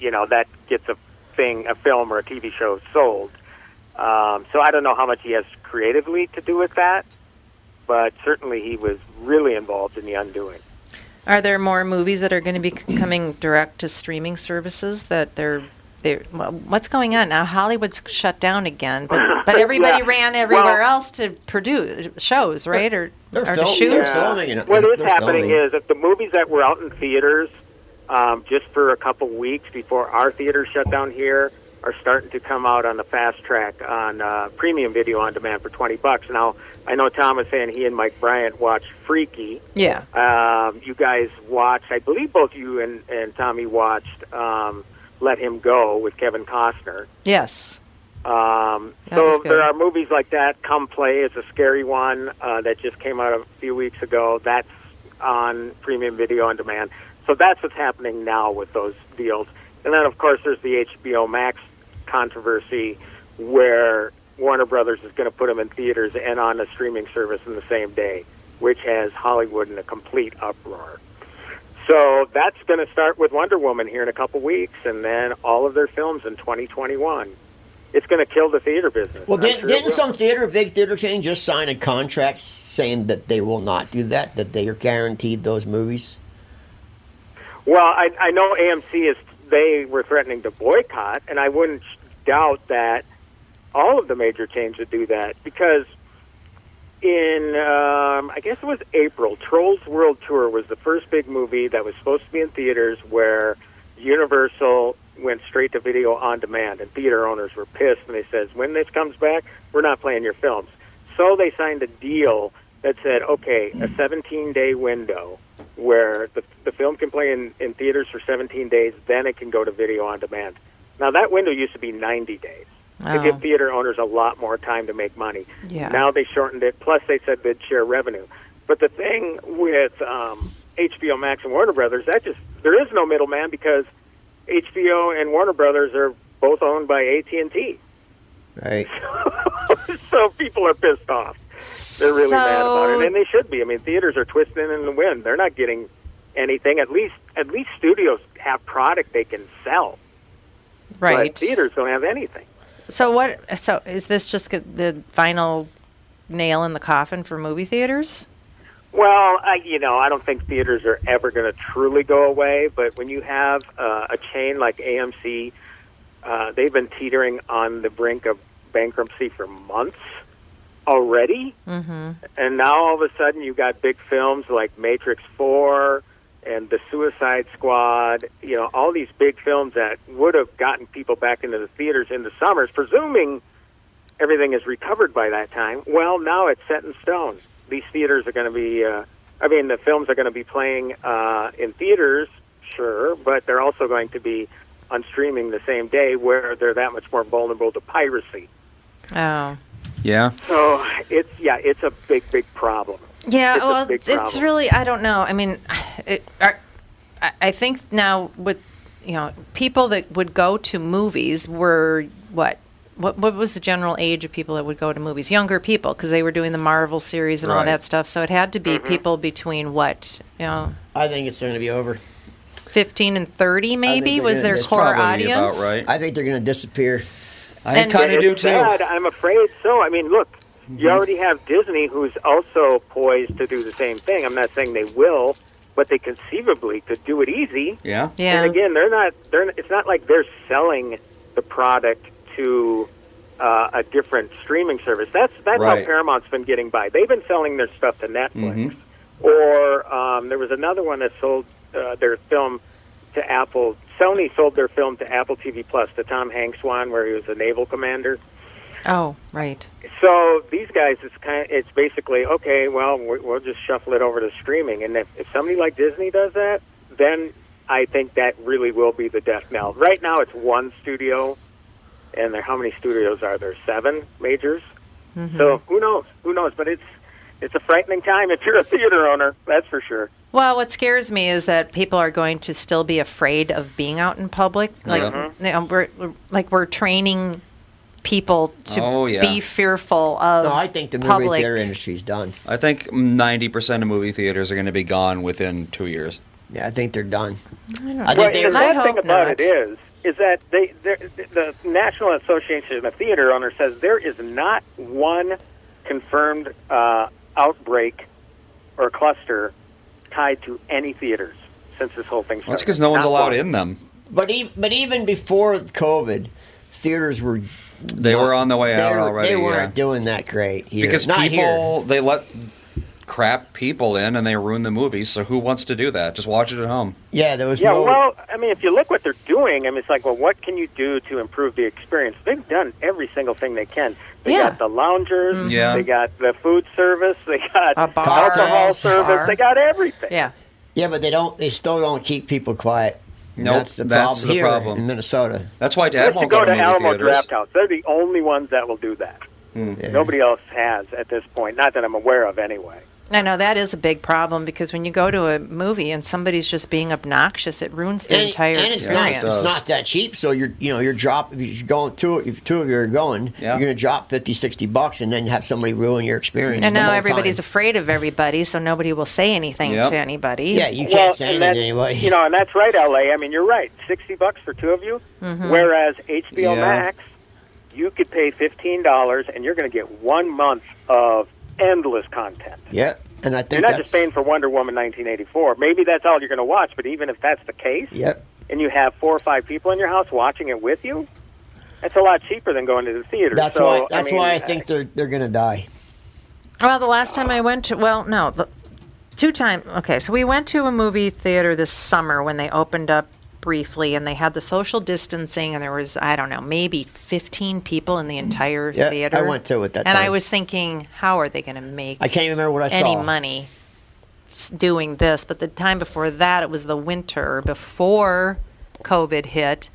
H: you know that gets a thing, a film or a TV show sold. Um, so I don't know how much he has creatively to do with that, but certainly he was really involved in the undoing.
B: are there more movies that are going to be c- coming direct to streaming services that they're they well, what's going on now? Hollywood's shut down again, but but everybody
H: Yeah.
B: ran everywhere
H: Well-
B: else to produce shows, right? Or
D: They're
B: or to
D: filming-
B: shoot?
D: they're filming it.
H: What is
D: They're
H: happening
D: filming.
H: is that the movies that were out in theaters um, just for a couple weeks before our theater shut down here, are starting to come out on the fast track on uh, premium video on demand for 20 bucks. Now, I know Tom is saying he and Mike Bryant watched Freaky.
B: Yeah.
H: Um, you guys watched, I believe both you and, and Tommy watched um, Let Him Go with Kevin Costner.
B: Yes.
H: Um,
B: That was
H: so
B: good.
H: there are movies like that. Come Play is a scary one uh, that just came out a few weeks ago. That's on premium video on demand. So that's what's happening now with those deals. And then, of course, there's the HBO Max controversy where Warner Brothers is going to put them in theaters and on a streaming service in the same day, which has Hollywood in a complete uproar. So that's going to start with Wonder Woman here in a couple weeks, and then all of their films in 2021. It's going to kill the theater business.
D: Well,
H: I'm
D: didn't,
H: sure it
D: didn't
H: will.
D: some theater, big theater chain, just sign a contract saying that they will not do that? That they are guaranteed those movies?
H: Well, I, I know AMC is they were threatening to boycott, and I wouldn't doubt that all of the major chains would do that because in um, I guess it was April, Trolls World Tour was the first big movie that was supposed to be in theaters where Universal went straight to video on demand, and theater owners were pissed, and they says, "When this comes back, we're not playing your films." So they signed a deal that said, "Okay, a 17-day window." where the, the film can play in, in theaters for 17 days, then it can go to video on demand. Now, that window used to be 90 days to
B: Oh.
H: give theater owners a lot more time to make money.
B: Yeah.
H: Now they shortened it, plus they said they'd share revenue. But the thing with um, HBO Max and Warner Brothers, that just, there is no middleman because HBO and Warner Brothers are both owned by AT&T.
D: Right.
H: [LAUGHS] so people are pissed off. They're really mad about
B: So-
H: it, and they should be. I mean, theaters are twisting in the wind. They're not getting anything. At least, at least studios have product they can sell. but
B: Right.
H: theaters don't have anything.
B: So what? So is this just g- the final nail in the coffin for movie theaters?
H: Well, I, you know, I don't think theaters are ever going to truly go away. But when you have uh, a chain like AMC, uh, they've been teetering on the brink of bankruptcy for months already.
B: Mm-hmm.
H: And now all of a sudden you got big films like Matrix 4 and The Suicide Squad, you know, all these big films that would have gotten people back into the theaters in the summers, presuming everything is recovered by that time. Well, now it's set in stone. These theaters are going to be, uh, I mean, the films are going to be playing uh, in theaters, sure, but they're also going to be on streaming the same day where they're that much more vulnerable to piracy.
B: Oh.
C: Yeah.
H: So Oh, it's, yeah, it's a big, big problem.
B: Yeah,
H: It's a
B: well,
H: big
B: it's
H: problem.
B: really I don't know. I mean, it, I, I think now with you know people that would go to movies were what what what was the general age of people that would go to movies? Younger people because they were doing the Marvel series and all
C: Right.
B: that stuff. So it had to be
H: Mm-hmm.
B: people between what you know
D: I think it's going to be over.
B: fifteen and thirty
D: I think
B: maybe
D: they're
B: was
D: gonna
B: their
D: dis-
B: core audience.
D: I think they're going to disappear.
C: I
B: And-
C: kind of
H: It's
C: do too. Mm-hmm.
H: Bad, I'm afraid so. I mean, look, you already have Disney, who's also poised to do the same thing. I'm not saying they will, but they conceivably could do it easy.
C: Yeah.
B: Yeah.
H: And again, they're not. They're. It's not like they're selling the product to uh, a different streaming service. That's that's
C: Right.
H: how Paramount's been getting by. They've been selling their stuff to Netflix, or um, there was another one that sold uh, their film to Apple. Sony sold their film to Apple TV Plus to Tom Hanks one, where he was a naval commander.
B: Oh, right.
H: So these guys, it's kind of, it's basically okay. Well, we- we'll just shuffle it over to streaming, and if, if somebody like Disney does that, then I think that really will be the death knell. Right now, it's one studio, and there how many studios are there? Seven majors. So who knows? Who knows? But it's it's a frightening time if you're a theater owner. That's for sure.
B: Well, what scares me is that people are going to still be afraid of being out in public. Like,
C: Uh-huh.
B: you know, we're we're- like we're training people to
C: Oh, yeah.
B: be fearful of.
D: No, I think the movie
B: public.
D: theater industry's done.
C: I think 90% of movie theaters are going to be gone within two years.
D: Yeah, I think they're done.
B: don't
D: I
B: know.
D: think
H: Well,
D: they
H: the
D: were.
B: I
H: bad
B: hope
H: thing about
B: not.
H: it is, is that they, they're- the National Association of Theater Owners says there is not one confirmed uh, outbreak or cluster tied to any theaters since this whole thing started.
C: Well, that's because no one's
H: Not
C: allowed
H: one.
C: in them.
D: But even but even before COVID, theaters were
C: They were on the way
D: they
C: out
D: were-
C: already.
D: They
C: yeah.
D: weren't doing that great here.
C: because
D: Not
C: people
D: here.
C: they let crap people in and they ruin the movie. So who wants to do that? Just watch it at home.
D: Yeah, there was
H: yeah,
D: no.
H: well, I mean, if you look what they're doing, I mean, it's like, well, what can you do to improve the experience? They've done every single thing they can. They
B: Yeah.
H: got the loungers,
B: Mhm. Yeah.
H: they got the food service, they got
B: A bar.
H: alcohol
B: Cocktails.
H: service,
B: Bar.
H: they got everything.
B: Yeah.
D: yeah, but they don't. They still don't keep people quiet. And
C: Nope,
D: that's the
C: that's
D: problem
C: the
D: here
C: problem.
D: in Minnesota.
C: That's why Dad
H: Unless you
C: won't
H: go,
C: go
H: to,
C: to movie
H: Alamo
C: theaters. Hmm.
H: Draft House, they're the only ones that will do that. Nobody else has at this point, not that I'm aware of anyway.
B: I know that is a big problem because when you go to a movie and somebody's just being obnoxious, it ruins the
D: And,
B: entire
D: and it's not.
B: experience.
D: It's not that cheap. So you're, you know, you're drop. If you're going two, if two of you are going,
C: Yeah.
D: you're going to drop 50, 60 bucks, and then have somebody ruin your experience.
B: And
D: the
B: now
D: whole
B: everybody's
D: time.
B: afraid of everybody, so nobody will say anything
D: Yep.
B: to anybody.
D: Yeah, you can't
H: Well,
D: say
H: and
D: anything to
H: that-
D: anybody.
H: You know, and that's right, LA. I mean, you're right. 60 bucks for two of you,
D: Mm-hmm.
B: Mhm.
H: whereas HBO
D: Yeah.
H: Max, you could pay $15 and you're going to get 1 month of endless content.
D: yeah, and I
H: You're
D: think
H: not
D: that's.
H: just paying for Wonder Woman 1984. Maybe that's all you're going to watch, but even if that's the case,
D: Yep.
H: and you have four or five people in your house watching it with you, that's a lot cheaper than going to the theater.
D: That's
H: so,
D: why. That's
H: I mean,
D: why I think they're they're going to die.
B: Well, the last time I went to, well, no, the, two time. Okay, so we went to a movie theater this summer when they opened up briefly, and they had the social distancing, and there was I don't know, maybe fifteen people in the entire
D: Yeah, I
B: theater.
D: went to it that
B: and I
D: time.
B: was thinking, how are they going to make?
D: I can't even remember what I
B: any
D: saw.
B: money s- doing this. But the time before that, it was the winter before COVID hit,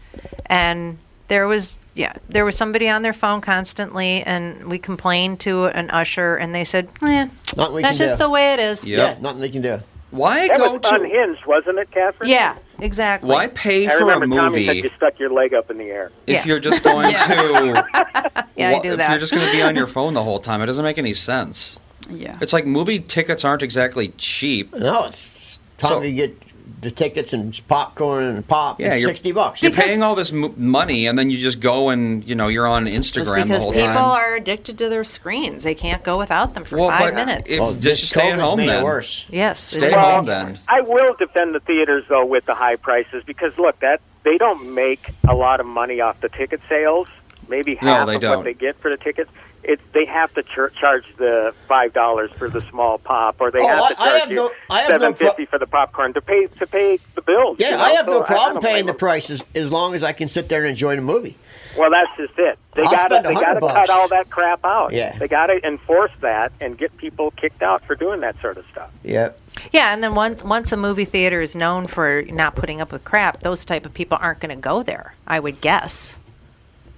B: and there was yeah there was somebody on their phone constantly, and we complained to an usher, and they said, eh,
D: Nothing we
B: that's
D: can
B: just
D: do.
B: the way it is.
D: Yeah, nothing they can do.
C: Why
H: that
C: go
H: was
C: to?
H: unhinged, wasn't it, Catherine?
B: Yeah, exactly.
C: Why pay
H: I
C: for
H: remember
C: a
H: Tommy said you
C: movie
H: stuck your leg up in the air.
C: if
B: [LAUGHS] Yeah.
C: you're just going to?
B: Yeah,
C: Wha-
B: I do
C: if
B: that.
C: you're just going to
B: [LAUGHS]
C: be on your phone the whole time, it doesn't make any sense.
A: Yeah.
C: It's like movie tickets aren't exactly cheap.
D: No, it's time
C: So-
D: you get the tickets and popcorn and pop.
C: Yeah,
D: it's
C: you're-
D: sixty bucks.
C: You're paying all this m- money, and then you just go and you know you're on
B: It's
C: Instagram the
B: because
C: whole
B: people
C: time.
B: are addicted to their screens. They can't go without them for
C: Well,
B: five
C: but
B: minutes.
C: if-
D: Well,
C: just
D: this
C: stay at
D: COVID's
C: home
D: made it
C: then.
D: worse.
B: yes.
C: Stay
H: Well-
C: home then.
H: I will defend the theaters though with the high prices because look, that they don't make a lot of money off the ticket sales. Maybe
C: No,
H: half
C: they
H: of
C: don't.
H: what they get for the tickets. It's they have to char- charge the five dollars for the small pop, or they
D: Oh,
H: have
D: I-
H: to
D: I
H: charge
D: have
H: you
D: no- I have no
H: seven fifty for the popcorn to pay to pay the bills. you
D: Yeah,
H: know?
D: I have no
H: So
D: problem
H: don't
D: paying
H: blame
D: the
H: them.
D: prices as long as I can sit there and enjoy the movie.
H: Well, that's just it. They got
D: I'll
H: to
D: spend
H: they
D: 100
H: got to
D: bucks.
H: cut all that crap out.
D: Yeah.
H: they got to enforce that and get people kicked out for doing that sort of stuff.
D: Yep.
B: Yeah, and then once once a movie theater is known for not putting up with crap, those type of people aren't going to go there. I would guess.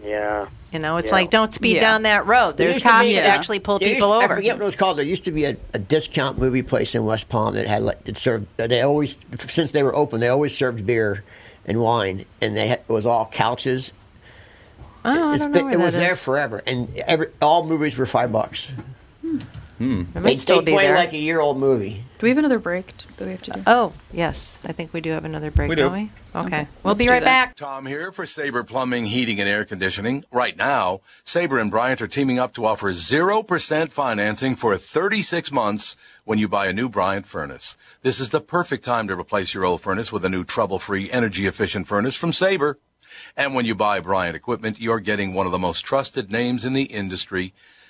H: Yeah.
B: You know, it's
H: Yeah.
B: like don't speed
A: Yeah.
B: down that road.
D: There
B: There's
D: used to
B: cops
D: be,
B: that
D: uh,
B: actually pull
D: there used-
B: people
D: I
B: over.
D: forget what it was called. There used to be a, a discount movie place in West Palm that had like it served. They always since they were open, they always served beer and wine, and they had, it was all couches.
B: Oh, I
D: It's
B: don't know
D: been-
B: where
D: it was
B: that
D: there
B: is.
D: forever, and every, all movies were five bucks.
C: Hmm.
B: Hmm. It
D: They
B: might still
D: they
B: be
D: play
B: there.
D: like a year old movie.
A: Do we have another break that we have to do?
B: oh, yes. I think we do have another break,
C: We do.
B: don't we? Okay. We'll
A: let's
B: be
A: do
B: right
A: that.
B: back.
E: Tom here for Sabre Plumbing, Heating, and Air Conditioning. Right now, Sabre and Bryant are teaming up to offer 0% financing for 36 months when you buy a new Bryant furnace. This is the perfect time to replace your old furnace with a new trouble-free, energy-efficient furnace from Sabre. And when you buy Bryant equipment, you're getting one of the most trusted names in the industry.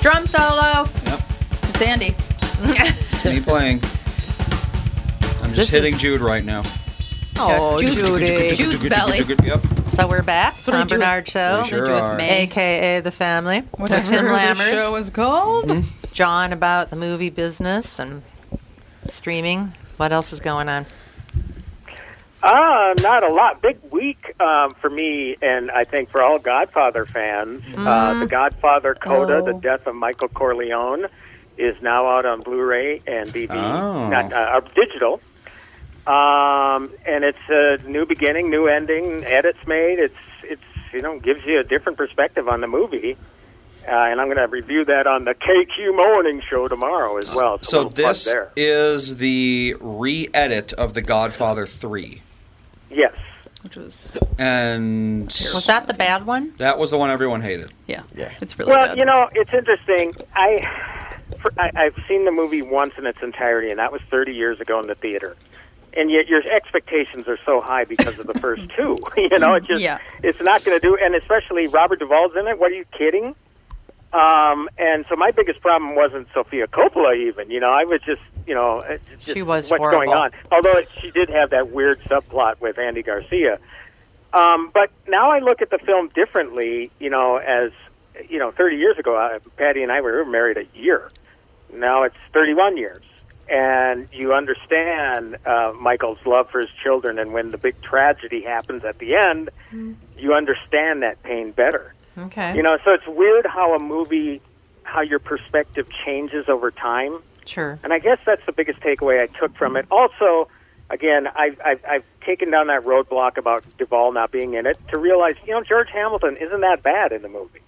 B: Drum solo.
A: It's
B: [LAUGHS]
A: Andy. Oh,
C: It's me playing. I'm just
B: This
C: hitting
B: is-
C: Jude right now.
B: Oh,
A: Jude-
B: Judy.
A: Jude's belly.
C: Yep.
B: So we're back.
A: what we
B: Tom
A: do with-
B: Bernard Show,
C: We sure
A: do with
C: are.
A: May.
B: a.k.a. The Family.
A: Whatever
B: Tim
A: the
B: Lammers.
A: show is called.
B: John about the movie business and streaming. What else is going on?
H: Uh, not a lot. Big week um, for me, and I think for all Godfather fans. Uh,
L: Mm.
H: the Godfather Coda,
L: Oh.
H: The Death of Michael Corleone, is now out on Blu ray and DVD,
L: Oh.
H: not uh, uh, digital. Um, and it's a new beginning, new ending, edits made. It's, it's you know, gives you a different perspective on the movie. Uh, and I'm going to review that on the KQ Morning Show tomorrow as well. It's a
C: So
H: little plug
C: this
H: there.
C: is the re-edit of The Godfather 3.
H: Yes.
A: Which was
C: And
B: Was that the bad one?
C: that was the one everyone hated.
A: Yeah.
D: Yeah.
A: It's
H: well, you know, it's interesting. I, for, I I've seen the movie once in its entirety, and that was 30 years ago in the theater. And yet, your expectations are so high because of the
A: [LAUGHS]
H: first two. [LAUGHS] you know, it just
A: Yeah.
H: it's not going to do. And especially Robert Duvall's in it. What are you kidding? Um, and so my biggest problem wasn't Sophia Coppola. Even you know, I was just you know, it's just
B: She was
H: what's
B: horrible.
H: going on. Although it, she did have that weird subplot with Andy Garcia. Um, but now I look at the film differently. You know, as you know, 30 years ago, I, Patty and I were married a year. Now it's 31 years, and you understand uh, Michael's love for his children. And when the big tragedy happens at the end, you understand that pain better.
B: Okay.
H: You know, so it's weird how a movie, how your perspective changes over time.
B: Sure.
H: And I guess that's the biggest takeaway I took from it. Also, again, I've, I've, I've taken down that roadblock about Duvall not being in it to realize, you know, George Hamilton isn't that bad in the movie.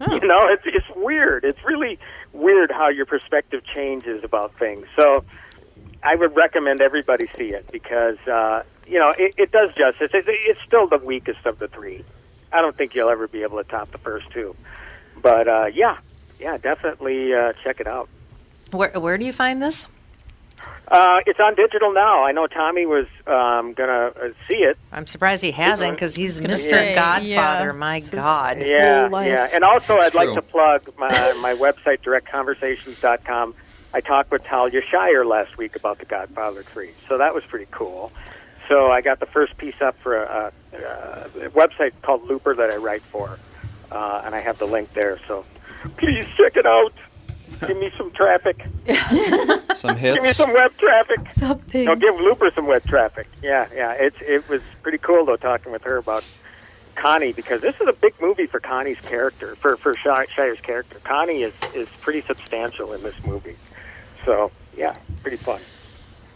B: Oh.
H: You know, it's, it's weird. It's really weird how your perspective changes about things. So I would recommend everybody see it because, uh, you know, it, it does justice. It, it's still the weakest of the three. I don't think you'll ever be able to top the first two. But uh, yeah, yeah, definitely uh, check it out.
B: Where Where do you find this?
H: Uh, it's on digital now. I know Tommy was um, gonna uh, see it.
B: I'm surprised he hasn't because he's
H: Gonna
B: Mr.
H: say,
B: Godfather.
H: yeah,
B: My God.
H: Yeah, yeah. And also, I'd like
B: True.
H: to plug my my website, directconversations.com. I talked with Talia Shire last week about The Godfather Three, so that was pretty cool. So I got the first piece up for a, a, a website called Looper that I write for, uh, and I have the link there. So please check it out. Give me some traffic.
C: Some
H: [LAUGHS] Give me
C: hits.
H: some web traffic. Something. No, give Looper some web traffic. Yeah, yeah. It's it was pretty cool though talking with her about Connie because this is a big movie for Connie's character for for Shire, Shire's character. Connie is is pretty substantial in this movie, so yeah,
C: [LAUGHS]
H: pretty fun.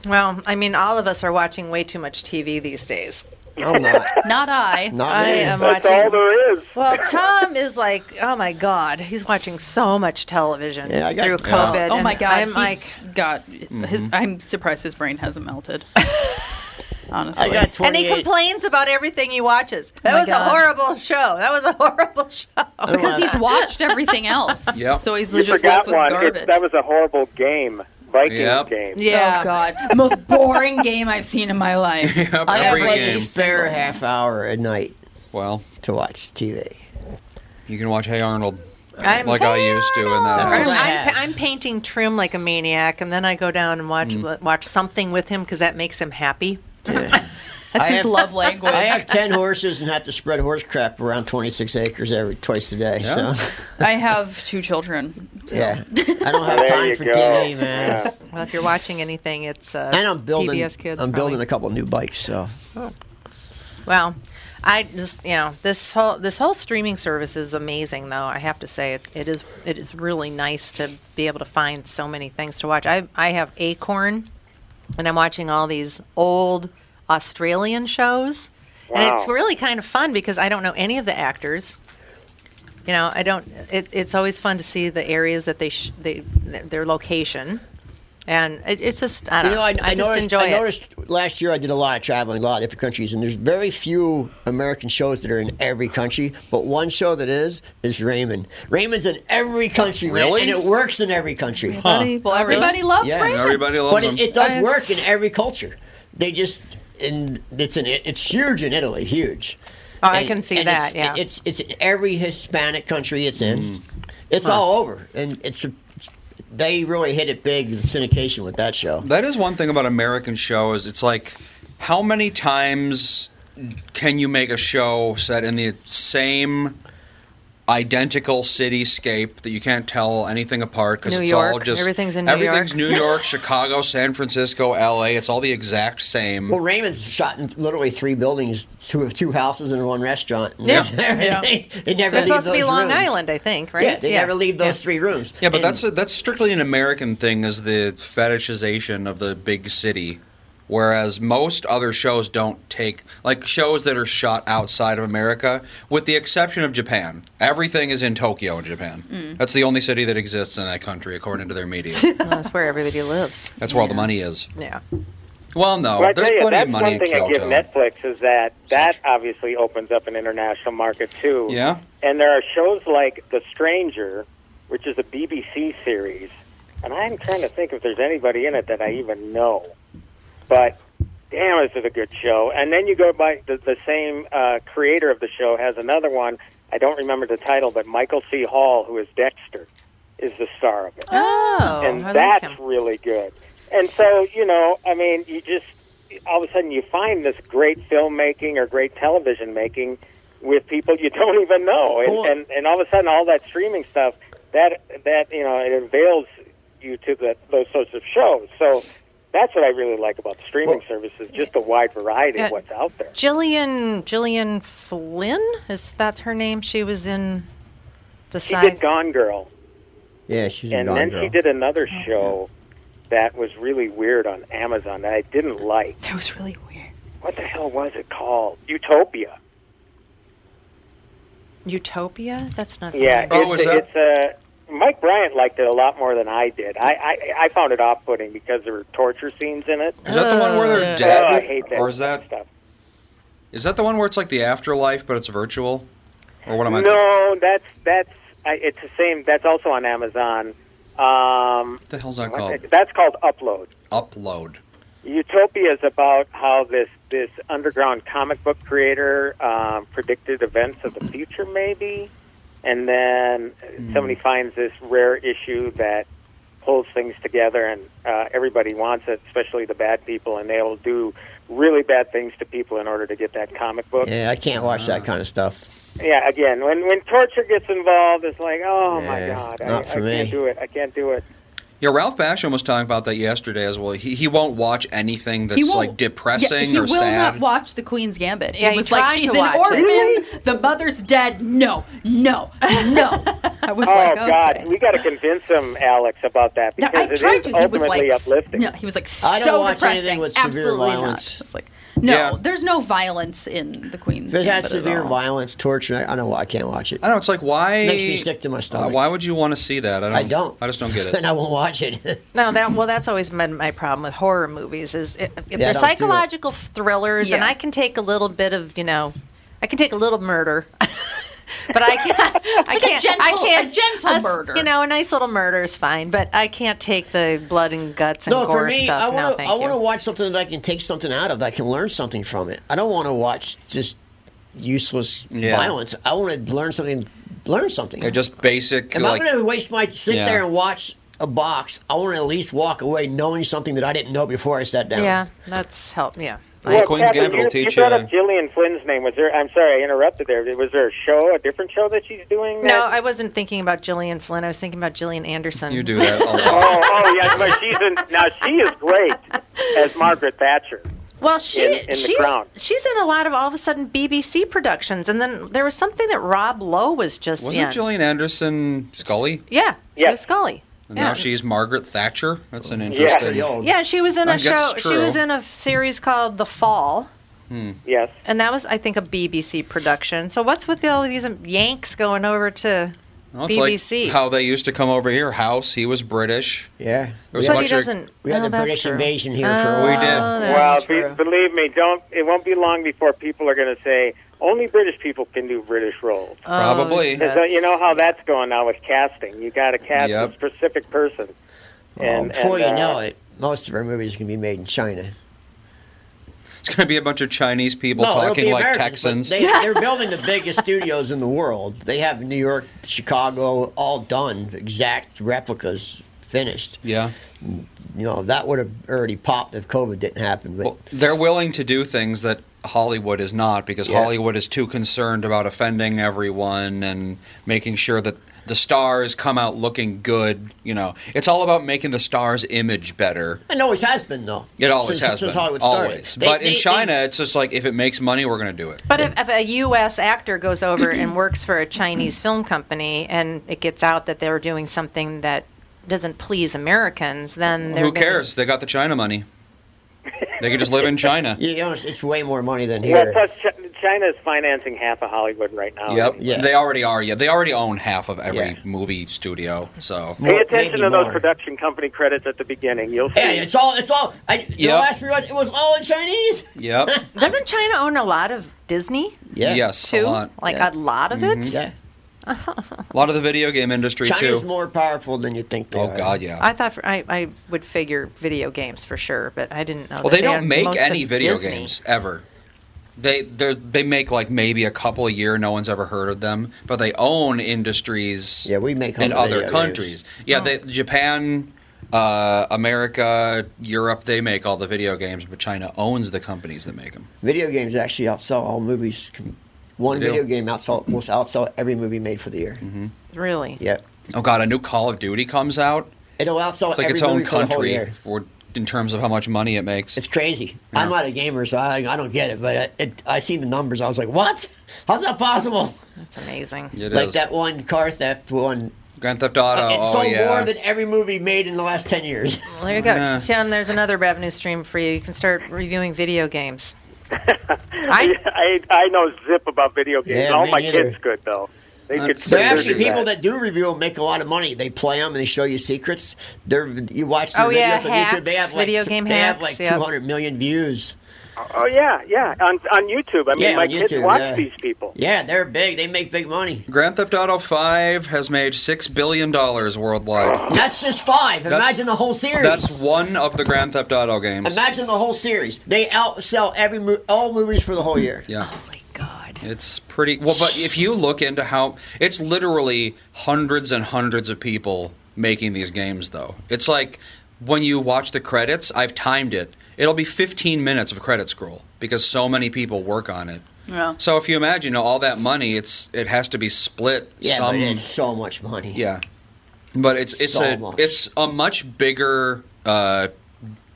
B: Well, I mean, all of us are watching way too much TV these days.
D: I'm not.
A: [LAUGHS] Not I.
D: Not
B: I
D: me.
B: am
D: That's
B: watching.
D: all
H: there is.
B: Well, Tom is like, oh my God, he's watching so much television
A: Yeah, I got-
B: through
A: Yeah.
B: COVID.
A: Oh my
B: and
A: God,
B: I'm like,
A: he's got.
C: Mm-hmm.
A: His, I'm surprised his brain
C: [LAUGHS]
A: hasn't melted. Honestly,
D: I got
B: and he complains about everything he watches.
H: Oh
B: That
A: my
B: was
A: God.
B: a horrible show. That was a [LAUGHS] horrible show.
A: because he's
C: [LAUGHS]
A: watched everything
D: [LAUGHS]
A: else.
H: Yeah.
A: So he's
H: you
A: just
H: forgot
A: left with
H: one.
A: garbage.
H: It, that was a horrible game, Viking game.
A: Yeah. Oh God, the most boring game I've seen in
C: [LAUGHS]
A: my life.
D: I have
C: every
D: like a
C: game.
D: spare half hour a night.
C: Well,
D: to
B: [LAUGHS]
D: watch TV.
C: You can watch Hey Arnold
B: I'm-
C: like I used to in that.
B: I'm,
C: house.
B: I'm, pa- I'm painting Trim like a maniac, and then I go down and watch
D: Mm.
B: watch something with him because that makes him happy.
D: I
B: his
D: have-
B: love language.
D: I have ten horses and have to spread horse crap around twenty six acres every twice a day. So
A: I have two children. so-
B: [LAUGHS]
D: yeah, [LAUGHS] I don't have
A: There
D: time
A: you
D: for
A: go.
D: TV, man.
B: Well, if you're watching anything, it's uh,
D: And I'm building.
B: PBS Kids.
D: I'm building
B: probably.
D: a couple new bikes. So
B: Well, I just you know this whole this whole streaming service is amazing though. I have to say it, it is it is really nice to be able to find so many things to watch. I I have Acorn, and I'm watching all these old Australian shows, and it's
L: Wow.
B: really kind of fun because I don't know any of the actors. You know, I don't. It, it's always fun to see the areas that they sh- they their location, and it, it's just I don't
D: you know, I, I,
B: just
D: noticed.
B: enjoy
D: I
B: it.
D: noticed last year I did a lot of traveling, a lot of different countries, and there's very few American shows that are in every country. But one show that is is Raymond. Raymond's in every country, man,
C: Really?
D: and it works in every country.
C: Everybody-
A: well, everybody loves
D: yeah.
A: Raymond.
C: Everybody loves
D: but
C: him.
D: It, it does
A: But
D: work in
A: it's-
D: every culture. They just and it's in it's huge in Italy, huge.
B: Oh, I
D: And-
B: can see
D: and it's-
B: that, yeah.
D: it's it's in every Hispanic country it's in.
C: Mm.
D: It's
C: Huh.
D: all over, and it's, it's they really hit it big in syndication with that show.
C: That is one thing about American shows. It's like, how many times can you make a show set in the same identical cityscape that you can't tell anything apart because
B: New
C: it's all
B: York.
C: just
B: Everything's in New
C: everything's
B: York.
C: New York, [LAUGHS] Chicago, San Francisco, L.A. It's all the exact same.
D: Well, Raymond's shot in literally three buildings, two two houses and one restaurant. And
B: Yeah.
D: that's- [LAUGHS] they, they never
B: They're
D: leave
B: supposed to be
D: those
B: Long
D: rooms.
B: Island, I think, right?
D: Yeah, they never leave those three rooms.
C: Yeah, but
D: And-
C: that's a, that's strictly an American thing, is the fetishization of the big city, whereas most other shows don't take like shows that are shot outside of America, with the exception of Japan. Everything is in Tokyo in Japan.
B: Mm.
C: That's the only city that exists in that country, according to their
B: [LAUGHS]
C: media.
B: Well, that's where everybody lives.
C: That's where all the money is.
B: Yeah.
C: Well, no,
H: well, I
C: there's
H: tell you,
C: plenty
H: that's
C: of money
H: one thing
C: in
H: I give
C: Kyoto.
H: Netflix is that that obviously opens up an international market too.
C: yeah.
H: And there are shows like The Stranger, which is a BBC series, and I'm trying to think if there's anybody in it that I even know. But damn, is it a good show? And then you go by the, the same uh, creator of the show has another one. I don't remember the title, but Michael C. Hall, who is Dexter, is the star of it.
B: Oh,
H: and
B: I like
H: that's
B: him.
H: really good. And so you know, I mean, you just all of a sudden you find this great filmmaking or great television making with people you [LAUGHS] don't even know, and
D: Well-
H: and, and all of a sudden all that streaming stuff that that you know it avails you to the, those sorts of shows. So that's what I really like about the streaming services, just the wide variety
B: Yeah.
H: of what's out there.
B: Jillian Jillian Flynn is that her name? She was in the
H: She
B: side.
H: did Gone Girl,
D: Yeah, she's a
H: and
D: gone
H: then
D: girl.
H: she did another show that was really weird on Amazon that I didn't like.
B: That was really weird.
H: What the hell was it called? Utopia.
B: Utopia? That's not. the
H: Yeah.
B: name.
C: Oh,
D: Oh,
H: it's, a-
D: [LAUGHS]
H: It's a, Mike Bryant liked it a lot more than I did. I, I, I found it off-putting because there were torture scenes in it.
C: Is that the one where they're dead,
H: Oh, I hate that
C: or is that
H: stuff.
C: is that the one where it's like the afterlife but it's virtual, or what am I?
H: No, that's that's I, it's the same. That's also on Amazon. Um,
C: What the hell's that
H: what-
C: called?
H: That's called Upload.
C: Upload.
H: Utopia is about how this this underground comic book creator um, predicted events of the future, maybe, and then
D: Hmm.
H: somebody finds this rare issue that pulls things together, and uh, everybody wants it, especially the bad people, and they'll do really bad things to people in order to get that comic book.
D: yeah, I can't watch that kind of stuff.
H: Yeah, again, when when torture gets involved, it's like, oh my
D: Yeah,
H: god, I, I
D: not for
H: can't
D: me.
H: do it. I can't do it.
C: Yeah, Ralph Basham was talking about that yesterday as well. He, he won't watch anything
A: He
C: that's
A: won't-
C: like depressing
A: yeah, he
C: or
A: will
C: sad.
A: not watch The Queen's Gambit.
B: Yeah,
A: it
B: he
A: was like
B: tried
A: she's
B: to
A: an
B: watch it.
A: orphan.
B: Really?
A: The mother's dead. No, no, no. I was
H: oh
A: like,
H: god,
A: okay.
H: we got to convince him, Alex, about that
A: No,
H: because
A: I
H: it is
A: tried to. He was
H: ultimately
A: like, s-
H: uplifting.
A: no, he was like, so
D: I don't watch
A: depressing.
D: anything with severe
A: Absolutely
D: violence.
A: Not. It's like, no,
D: Yeah.
A: there's no violence in The Queen's
D: If it
A: Gambit
D: has
A: at
D: severe
A: all.
D: violence, torture, I, I don't. I can't watch it.
C: I don't know. It's like why
D: Makes me sick to my
C: Uh,
D: stomach.
C: why would you want to see that? I don't.
D: I don't.
C: I just don't get
D: [LAUGHS] and
C: it.
D: I won't watch it.
B: No, that well, that's always been my problem with horror movies is if, if
D: Yeah,
B: they're
D: don't do it.
B: psychological thrillers, and
A: Yeah.
B: I can take a little bit of you know, I can take a little murder, but I can't. [LAUGHS] I
A: Like a
B: can't. I
A: gentle-
B: can't.
A: a gentle
B: us-
A: murder.
B: You know, a nice little murder is fine, but I can't take the blood and guts and
D: no,
B: gore
D: for me,
B: stuff.
D: I
B: no,
D: want to.
B: thank
D: I
B: you.
D: want to watch something that I can take something out of. That I can learn something from it. I don't want to watch just useless
C: Yeah.
D: violence. I want to learn something. Learn something.
C: They're just basic.
D: If
C: like,
D: I'm going to waste my sit
C: Yeah.
D: there and watch a box, I want to at least walk away knowing something that I didn't know before I sat down.
B: Yeah, that's help. Yeah.
C: Well,
H: Well,
C: Queen's
H: Catherine,
C: Gambit will
H: you,
C: teach
H: you. brought
C: you-
H: up Gillian Flynn's name. Was there? I'm sorry, I interrupted there. Was there a show, a different show that she's doing?
C: [LAUGHS]
B: No,
H: that-
B: I wasn't thinking about Gillian Flynn. I was thinking about Gillian Anderson.
C: you do that. A lot.
H: [LAUGHS] oh, oh yeah, but she's in. Now she is great as Margaret Thatcher.
B: Well, she
H: in- in The
B: she's
H: Crown.
B: she's in a lot of all of a sudden BBC productions, and then there was something that Rob Lowe was just
C: Wasn't
B: in.
C: Gillian Anderson Scully?
B: yeah, she
H: Yeah.
B: was Scully.
C: And
B: Yeah.
C: now she's Margaret Thatcher. That's an
H: Yeah.
C: interesting.
D: Pretty old.
B: yeah, she was in a
C: I guess
B: show.
C: it's
B: She was
C: true. Hmm.
B: in a series called The Fall,
H: Yes.
B: and that was, I think, a BBC production. So what's with all these Yanks going over to
C: Well, it's
B: BBC?
C: like how they used to come over here. House. He was British.
D: Yeah.
C: There was
B: so he
C: much of-
B: doesn't.
D: We had
B: oh,
D: the
B: that's
D: British
B: true.
D: invasion here for a
B: Oh,
C: We did.
B: that's
H: well, be-
B: true.
H: believe me, don't. It won't be long before people are going to say only British people can do British roles.
B: Oh,
C: Probably.
H: Because
B: that's-
H: you know how that's going now with casting. You got to cast
C: Yep.
H: a specific person.
D: Well,
H: And,
D: before
H: and,
D: you
H: uh,
D: know it, most of our movies can be made in China.
C: It's going to be a bunch of Chinese people
D: no, it'll
C: talking
D: be
C: like
D: Americans, but
C: Texans.
B: [LAUGHS]
D: They, they're building the biggest studios in the world. They have New York, Chicago, all done, exact replicas finished.
C: yeah.
D: You know, that would have already popped if COVID didn't happen. But
C: Well, they're willing to do things that Hollywood is not because
L: Yeah.
C: Hollywood is too concerned about offending everyone and making sure that the stars come out looking good. You know, it's all about making the stars' image better.
D: It always has been, though.
C: It always
D: since,
C: has
D: since
C: been.
D: Hollywood started.
C: always.
D: They-
C: but
D: they-
C: in
D: they-
C: China, it's just like if it makes money, we're going to do it.
B: But if, if a U.S. actor goes over and works for a Chinese film company, and it gets out that they're doing something that doesn't please Americans, then they're
C: Who
B: gonna-
C: cares? They got the China money. They can just live in China.
D: You know, it's, it's way more money than
C: here.
D: here.
H: Well, plus Ch- China is financing half of Hollywood right now.
C: Yep.
D: Yeah.
C: They already are. Yeah. They already own half of every movie studio. So
H: Pay attention to those production company credits at the beginning. You'll see.
D: Hey, it's all. It's all. I, the
C: Yep.
D: last we watched, it was all in Chinese.
C: Yep.
B: Doesn't China own a lot of Disney?
C: Yeah. Yes, a
B: too.
C: lot.
B: Like
C: Yeah.
B: a lot of it.
D: Mm-hmm.
C: Mhm. Yeah. A lot of the video game industry
D: China's
C: too.
D: more powerful than you think. They
C: Oh,
D: are.
C: God, yeah.
B: I thought for, I, I would figure video games for sure, but I didn't know.
C: well,
B: that
C: they don't
B: owned
C: make
B: most
C: any
B: of
C: video
B: Disney.
C: games ever. They they they make like maybe a couple a year. No one's ever heard of them, but they own industries. Yeah, we make in
D: home
C: other
D: video
C: countries. Yeah, they,
B: Oh.
C: Japan, uh, America, Europe. They make all the video games, but China owns the companies that make them.
D: Video games actually outsell all movies. One
C: They do.
D: video game outsell will outsell every movie made for the year. Mm-hmm.
B: Really?
D: Yep.
C: Oh God, a new Call of Duty comes out.
D: It'll outsell
C: It's like
D: every
C: its own
D: movie for the whole
C: country
D: year.
C: for in terms of how much money it makes.
D: It's crazy. I'm not a gamer, so I, I don't get it. But I, it, I seen the numbers. I was like, what? How's that possible?
B: That's amazing.
C: It
D: like
C: is.
D: that one car theft one.
C: Grand Theft Auto.
D: it
C: oh
D: sold
C: yeah.
D: more than every movie made in the last ten years.
B: [LAUGHS] Well, there you go,
C: Yeah.
B: Tim. There's another revenue stream for you. You can start reviewing video games. I,
H: [LAUGHS] I I know zip about video games.
D: Yeah,
H: all
D: me
H: my
D: neither.
H: kids could though. They
B: Uh,
H: could.
D: So
H: sit there and
D: actually,
H: do
D: people
H: that.
D: that do review them make a lot of money. They play them and they show you secrets. They're you watch their
B: Oh,
D: videos
B: yeah,
D: on YouTube. They
B: hacks,
D: have like
B: video game
D: they have like
B: hacks, yeah.
D: 200 million views.
H: Oh yeah, yeah. On on YouTube. I mean,
D: Yeah,
H: my
D: on
H: kids
D: YouTube,
H: watch
D: yeah.
H: these people.
D: Yeah, they're big. They make big money.
C: Grand Theft Auto 5 has made 6 billion dollars worldwide.
D: That's just five.
C: That's-
D: Imagine the whole series.
C: That's one of the Grand Theft Auto games.
D: Imagine the whole series. They outsell every mo- all movies for the whole year.
C: Yeah. Oh my god. It's pretty Well, but if you look into how it's literally hundreds and hundreds of people making these games though. It's like when you watch the credits, I've timed it. It'll be 15 minutes of credit scroll because so many people work on it.
A: Yeah.
C: So if you imagine all that money, it's it has to be split.
D: Yeah, but
C: some,
D: it's so much money.
C: Yeah, but it's it's
D: So
C: a
D: much.
C: it's a much bigger. Uh,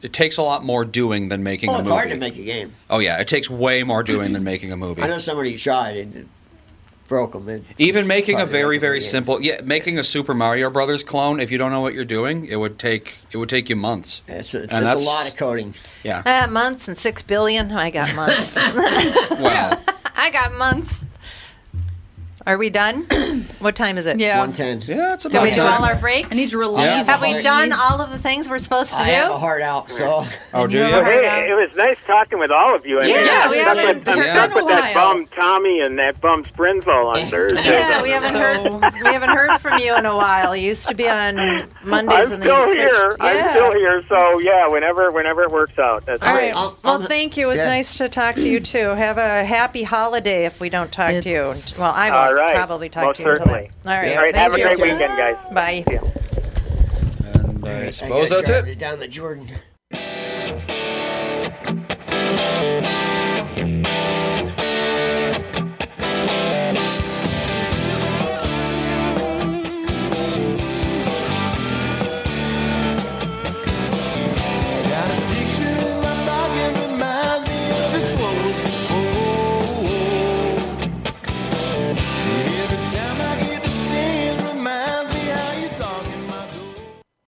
C: it takes a lot more doing than making
D: Oh,
C: a
D: it's
C: movie.
D: hard to make a game.
C: Oh yeah, it takes way more doing than making a movie.
D: I know somebody tried and it broke them. It,
C: Even making a
D: Hard to
C: very
D: make a
C: very
D: game.
C: simple yeah making a Super Mario Brothers clone. If you don't know what you're doing, it would take it would take you months.
D: It's a,
C: And
D: it's a
C: that's-
D: lot of coding.
C: Yeah.
B: Uh, months and six billion. I got
D: [LAUGHS]
B: months. [LAUGHS]
C: Wow.
B: I got months. Are we
D: [COUGHS]
B: done? what time is it?
D: One ten.
C: Yeah, it's
B: Can we do all our breaks? I need to
D: relieve Yeah.
B: Have we
D: heart.
B: done all of the things we're supposed to
D: I
B: do?
D: have a heart out, so.
C: Oh, do
H: Well, hey, it was nice talking with all of you. I mean,
B: Yeah,
H: I'm
B: we
H: stuck
B: haven't-
H: with, I'm
B: it's
H: stuck
B: been a
H: with that
B: while.
H: bum Tommy and that bum Sprinzel on Thursday.
B: Yeah, we
H: [LAUGHS]
B: haven't heard we haven't heard from you in a while. You used to be on Mondays
H: I'm
B: and then
H: still
B: you switched-
H: here. I'm
B: Yeah.
H: still here. So yeah, whenever whenever it works out. That's
B: All
H: great.
B: right. Well, thank you. It was
H: yeah.
B: nice to talk to you too. Have a happy holiday if we don't talk to you. Well, I will
H: All right.
B: probably talk
H: Most
B: to you. until
H: certainly.
B: then. All right.
H: All right,
B: Thank
H: have a
B: you.
H: great weekend, guys.
B: Bye.
C: I
D: I
C: suppose
D: gotta
C: that's
D: drive
C: it.
D: Down to Jordan.